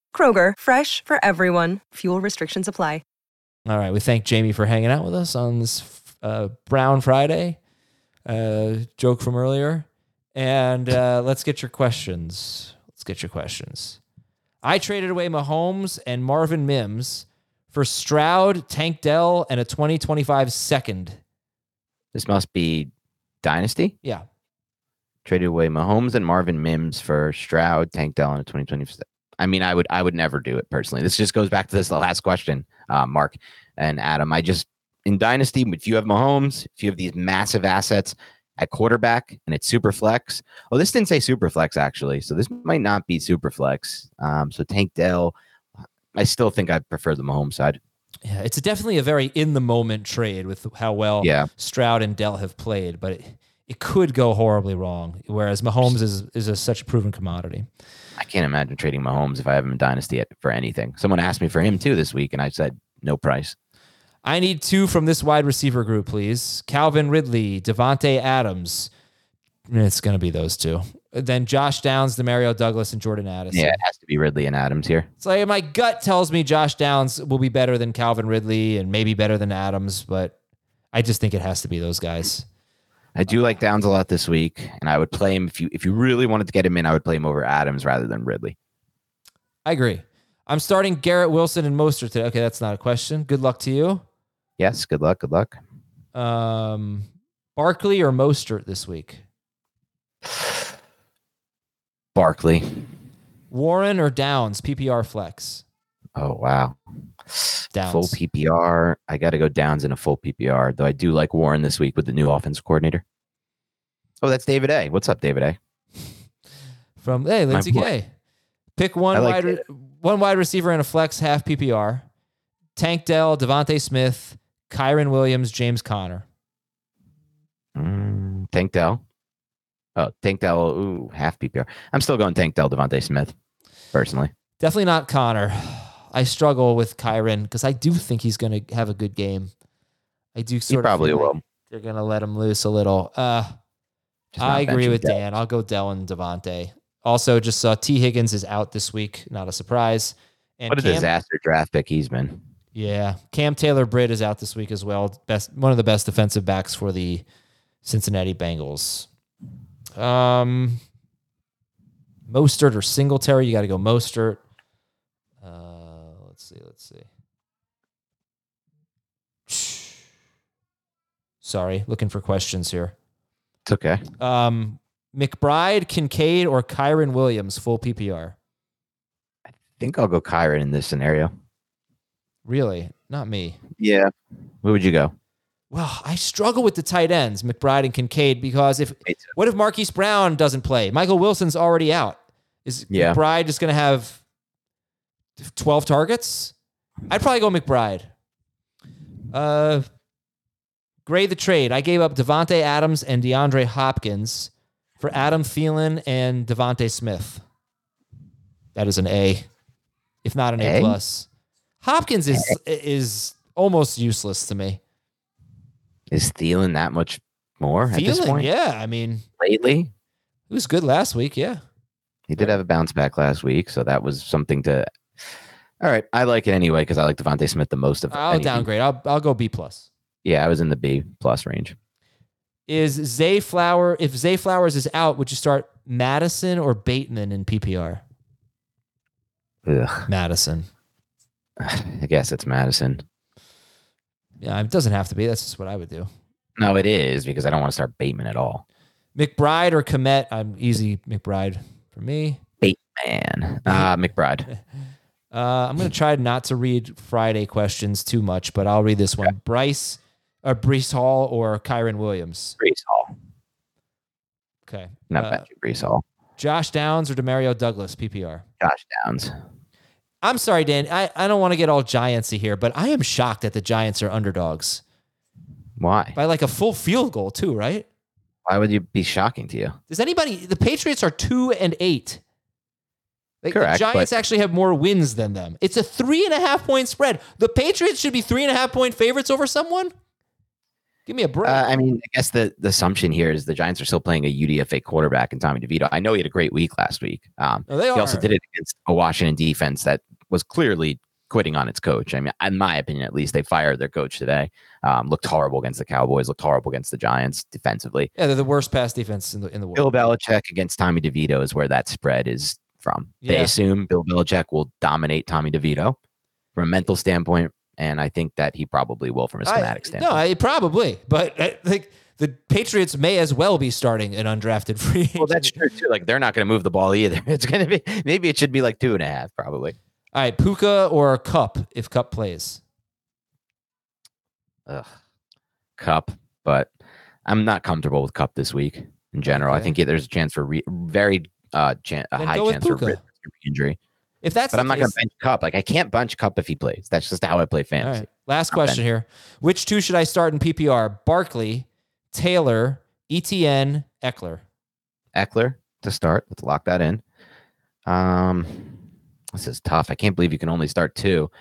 Speaker 9: Kroger, fresh for everyone. Fuel restrictions apply.
Speaker 5: All right. We thank Jamie for hanging out with us on this uh, Brown Friday uh, joke from earlier. And uh, let's get your questions. Let's get your questions. I traded away Mahomes and Marvin Mims for Stroud, Tank Dell, and a 2025 second.
Speaker 6: This must be Dynasty.
Speaker 5: Yeah.
Speaker 6: Traded away Mahomes and Marvin Mims for Stroud, Tank Dell, and a 2020. I mean, I would I would never do it personally. This just goes back to this the last question, uh, Mark and Adam. I just in Dynasty, if you have Mahomes, if you have these massive assets at quarterback and it's super flex. Oh, this didn't say super flex actually, so this might not be super flex. Um, so Tank Dell, I still think I prefer the Mahomes side.
Speaker 5: Yeah. It's definitely a very in the moment trade with how well
Speaker 6: Yeah.
Speaker 5: Stroud and Dell have played, but it, it could go horribly wrong. Whereas Mahomes is, is a, such a proven commodity.
Speaker 6: I can't imagine trading Mahomes if I have him in Dynasty at- for anything. Someone asked me for him too this week, and I said no price.
Speaker 5: I need two from this wide receiver group, please. Calvin Ridley, Devontae Adams. It's going to be those two. Then Josh Downs, Demario Douglas, and Jordan Addison.
Speaker 6: Yeah, it has to be Ridley and Adams here.
Speaker 5: It's like my gut tells me Josh Downs will be better than Calvin Ridley and maybe better than Adams, but I just think it has to be those guys.
Speaker 6: I do like Downs a lot this week, and I would play him if you if you really wanted to get him in. I would play him over Adams rather than Ridley.
Speaker 5: I agree. I'm starting Garrett Wilson and Mostert today. Okay, that's not a question. Good luck to you.
Speaker 6: Yes, good luck. Good luck.
Speaker 5: Um, Barkley or Mostert this week?
Speaker 6: Barkley.
Speaker 5: Warren or Downs? PPR flex.
Speaker 6: Oh wow. Full
Speaker 5: Downs.
Speaker 6: PPR. I got to go Downs in a full PPR, though. I do like Warren this week with the new offense coordinator. Oh, that's David A. What's up, David A?
Speaker 5: from hey Lindsey
Speaker 6: boy.
Speaker 5: Gay. Pick one
Speaker 6: I like
Speaker 5: wide re- one wide receiver and a flex half PPR. Tank Dell, Devontae Smith, Kyron Williams, James Conner.
Speaker 6: Mm, Tank Dell. Oh, Tank Dell. Ooh, half PPR. I'm still going Tank Dell, Devontae Smith, personally.
Speaker 5: Definitely not Connor. I struggle with Kyron because I do think he's going to have a good game. I do
Speaker 6: He
Speaker 5: sort of
Speaker 6: probably
Speaker 5: feel like
Speaker 6: will.
Speaker 5: They're going to let him loose a little. Uh,
Speaker 6: Just not
Speaker 5: I agree
Speaker 6: benching
Speaker 5: with
Speaker 6: Dell.
Speaker 5: Dan. I'll go Dell and Devontae. Also, just saw T. Higgins is out this week. Not a surprise. And
Speaker 6: What a
Speaker 5: Cam-
Speaker 6: disaster draft pick he's been.
Speaker 5: Yeah, Cam Taylor Britt is out this week as well. Best one of the best defensive backs for the Cincinnati Bengals. Um, Mostert or Singletary? You got to go Mostert. Uh, let's see. Let's see. Sorry, looking for questions here.
Speaker 6: It's okay.
Speaker 5: Um, McBride, Kincaid, or Kyron Williams, full PPR.
Speaker 6: think I'll go Kyron in this scenario.
Speaker 5: Really, not me.
Speaker 6: Yeah. Where would you go?
Speaker 5: Well, I struggle with the tight ends, McBride and Kincaid, because if
Speaker 6: Me too.
Speaker 5: what if Marquise Brown doesn't play? Michael Wilson's already out. Is
Speaker 6: Yeah.
Speaker 5: McBride just going to have twelve targets? I'd probably go McBride. Uh, grade the trade. I gave up Devonte Adams and DeAndre Hopkins for Adam Thielen and Devonte Smith. That is an A, if not an A,
Speaker 6: A?
Speaker 5: plus. Hopkins is is almost useless to me.
Speaker 6: Is Thielen that much more at this
Speaker 5: Thielen,
Speaker 6: point?
Speaker 5: yeah. I mean,
Speaker 6: Lately,
Speaker 5: he was good last week. Yeah.
Speaker 6: he did have a bounce back last week, so that was something to. All right, I like it anyway because I like Devontae Smith the most of.
Speaker 5: I'll
Speaker 6: any-
Speaker 5: downgrade. I'll I'll go B plus.
Speaker 6: Yeah, I was in the B plus range.
Speaker 5: Is Zay Flower if Zay Flowers is out, would you start Madison or Bateman in PPR?
Speaker 6: Ugh.
Speaker 5: Madison.
Speaker 6: I guess it's Madison.
Speaker 5: Yeah, it doesn't have to be. That's just what I would do.
Speaker 6: No, it is because I don't want to start Bateman at all.
Speaker 5: McBride or Komet. I'm easy McBride for me.
Speaker 6: Man, uh, McBride.
Speaker 5: Uh, I'm going to try not to read Friday questions too much, but I'll read this one. Bryce or Brees Hall or Kyron Williams.
Speaker 6: Brees Hall.
Speaker 5: Okay.
Speaker 6: Not
Speaker 5: Uh,
Speaker 6: bad. Brees Hall.
Speaker 5: Josh Downs or Demario Douglas, PPR.
Speaker 6: Josh Downs.
Speaker 5: I'm sorry, Dan. I, I don't want to get all Giantsy here, but I am shocked that the Giants are underdogs
Speaker 6: Why?
Speaker 5: by like a full field goal, too, right?
Speaker 6: Why would you be shocking to you?
Speaker 5: Does anybody? The Patriots are two and eight. Like
Speaker 6: Correct,
Speaker 5: the Giants
Speaker 6: but-
Speaker 5: actually have more wins than them. It's a three and a half point spread. The Patriots should be three and a half point favorites over someone. Give me a break.
Speaker 6: Uh, I mean, I guess the, the assumption here is the Giants are still playing a UDFA quarterback in Tommy DeVito. I know he had a great week last week. Um,
Speaker 5: No, Oh, they
Speaker 6: he
Speaker 5: are.
Speaker 6: also did it against a Washington defense that was clearly quitting on its coach. I mean, in my opinion, at least, they fired their coach today. Um, looked horrible against the Cowboys. Looked horrible against the Giants defensively.
Speaker 5: yeah, they're the worst pass defense in the in the world.
Speaker 6: Bill Belichick against Tommy DeVito is where that spread is from. They
Speaker 5: Yeah.
Speaker 6: assume Bill Belichick will dominate Tommy DeVito from a mental standpoint, and I think that he probably will from a schematic
Speaker 5: I,
Speaker 6: standpoint.
Speaker 5: no, I, probably, but I think the Patriots may as well be starting an undrafted free.
Speaker 6: Well,
Speaker 5: agent.
Speaker 6: that's true too. Like they're not going to move the ball either. It's going to be maybe it should be like two and a half, probably.
Speaker 5: all right. Puka or Cup if Cup plays.
Speaker 6: Ugh. Cup, but I'm not comfortable with Cup this week in general. I
Speaker 5: Okay.
Speaker 6: think there's a chance for re- very uh chan- a
Speaker 5: Then
Speaker 6: high
Speaker 5: go with
Speaker 6: chance for
Speaker 5: Puka.
Speaker 6: re- injury.
Speaker 5: If that's
Speaker 6: But
Speaker 5: the
Speaker 6: I'm not
Speaker 5: case,
Speaker 6: going to bench Cup. Like I can't bunch Cup if he plays. That's just how I play
Speaker 5: All
Speaker 6: fantasy.
Speaker 5: right. Last
Speaker 6: Not
Speaker 5: question here. Which two should I start in PPR? Barkley, Taylor, ETN, Eckler.
Speaker 6: Eckler to start. Let's lock that in. Um, this is tough. I can't believe you can only start two.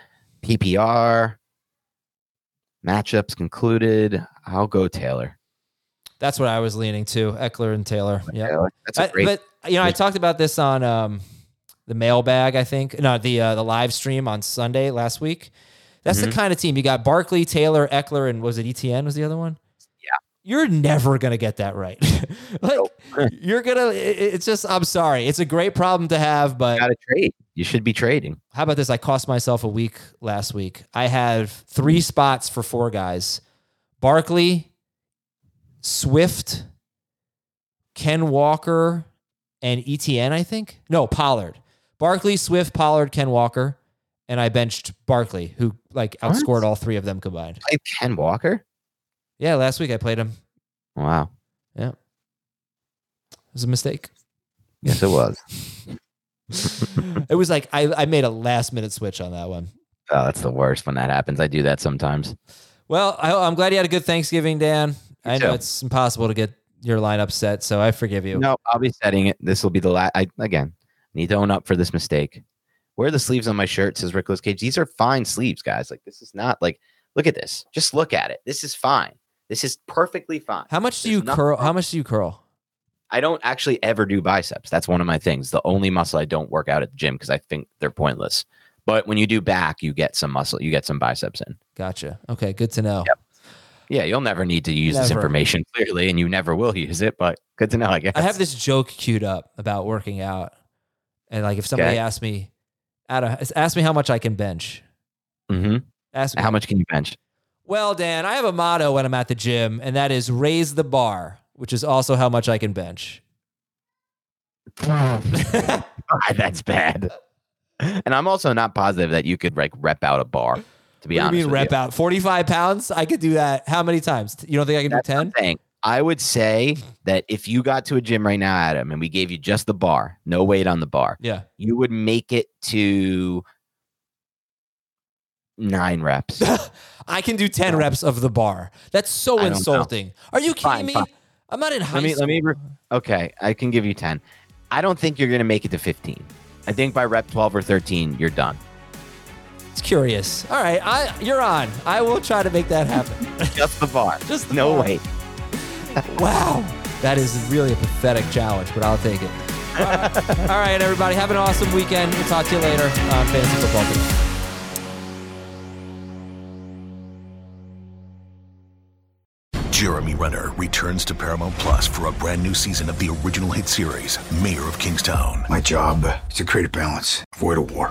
Speaker 6: PPR matchups concluded. I'll go Taylor.
Speaker 5: That's what I was leaning to. Eckler and Taylor. Yeah.
Speaker 6: Taylor. That's a great.
Speaker 5: but you know, I
Speaker 6: great-
Speaker 5: talked about this on um, the mailbag. I think no, the uh, the live stream on Sunday last week. That's the
Speaker 6: Mhm.
Speaker 5: kind of team you got: Barkley, Taylor, Eckler, and was it ETN? Was the other one?
Speaker 6: Yeah.
Speaker 5: You're never gonna get that right. like you're gonna. it- It's just. I'm sorry. It's a great problem to have, but
Speaker 6: got to trade. You should be trading.
Speaker 5: how about this? I cost myself a week last week. I have three spots for four guys Barkley, Swift, Ken Walker, and ETN, I think. No, Pollard. Barkley, Swift, Pollard, Ken Walker. And I benched Barkley, who like
Speaker 6: What?
Speaker 5: outscored all three of them combined.
Speaker 6: Play Ken Walker.
Speaker 5: Yeah, last week I played him. It
Speaker 6: Wow.
Speaker 5: was a mistake.
Speaker 6: Yes, it was.
Speaker 5: it was like I, I made a last minute switch on that one.
Speaker 6: oh, that's the worst when that happens. I do that sometimes.
Speaker 5: Well, I, I'm glad you had a good Thanksgiving, Dan. I know
Speaker 6: too.
Speaker 5: it's impossible to get your lineup set, so I forgive you.
Speaker 6: No, I'll be setting it. This will be the last. I again need to own up for this mistake. Wear the sleeves on my shirt, says Nicholas Cage. These are fine sleeves, guys. Like this is not like. Look at this. Just look at it. This is fine. This is perfectly fine.
Speaker 5: How much do you
Speaker 6: There's nothing
Speaker 5: curl?
Speaker 6: wrong.
Speaker 5: How much do you curl?
Speaker 6: I don't actually ever do biceps. That's one of my things. The only muscle I don't work out at the gym because I think they're pointless. But when you do back, you get some muscle. You get some biceps in.
Speaker 5: Gotcha. Okay, good to know.
Speaker 6: Yeah, you'll never need to use this
Speaker 5: Never.
Speaker 6: information clearly, and you never will use it. But good to know, I guess.
Speaker 5: I have this joke queued up about working out, and like if somebody
Speaker 6: Okay.
Speaker 5: asked me, Adam, ask me how much I can bench.
Speaker 6: hmm
Speaker 5: Ask me
Speaker 6: How much can you bench?
Speaker 5: Well, Dan, I have a motto when I'm at the gym, and that is raise the bar, which is also how much I can bench.
Speaker 6: God, that's bad. And I'm also not positive that you could like rep out a bar. To be
Speaker 5: what do
Speaker 6: honest,
Speaker 5: you mean
Speaker 6: with
Speaker 5: rep out? 45 pounds? I could do that. How many times? You don't think I can
Speaker 6: That's
Speaker 5: do
Speaker 6: what
Speaker 5: 10?
Speaker 6: I'm saying. I would say that if you got to a gym right now, Adam, and we gave you just the bar, no weight on the bar,
Speaker 5: Yeah.
Speaker 6: you would make it to nine reps.
Speaker 5: I can do 10 reps of the bar. That's so
Speaker 6: I don't know.
Speaker 5: insulting. Are you kidding
Speaker 6: Fine,
Speaker 5: me?
Speaker 6: fine.
Speaker 5: I'm not in high
Speaker 6: let me
Speaker 5: school.
Speaker 6: let me re- okay i can give you 10 i don't think you're gonna make it to 15 i think by rep 12 or 13 you're done
Speaker 5: It's curious. All right, I, you're on. I will try to make that happen.
Speaker 6: just the bar
Speaker 5: Just the
Speaker 6: no
Speaker 5: bar.
Speaker 6: way
Speaker 5: wow. That is really a pathetic challenge, but I'll take it. All right, all right, everybody. Have an awesome weekend. We'll talk to you later on Fantasy Football Today.
Speaker 10: Jeremy Renner returns to Paramount Plus for a brand new season of the original hit series, Mayor of Kingstown.
Speaker 3: My job is to create a balance, avoid a war.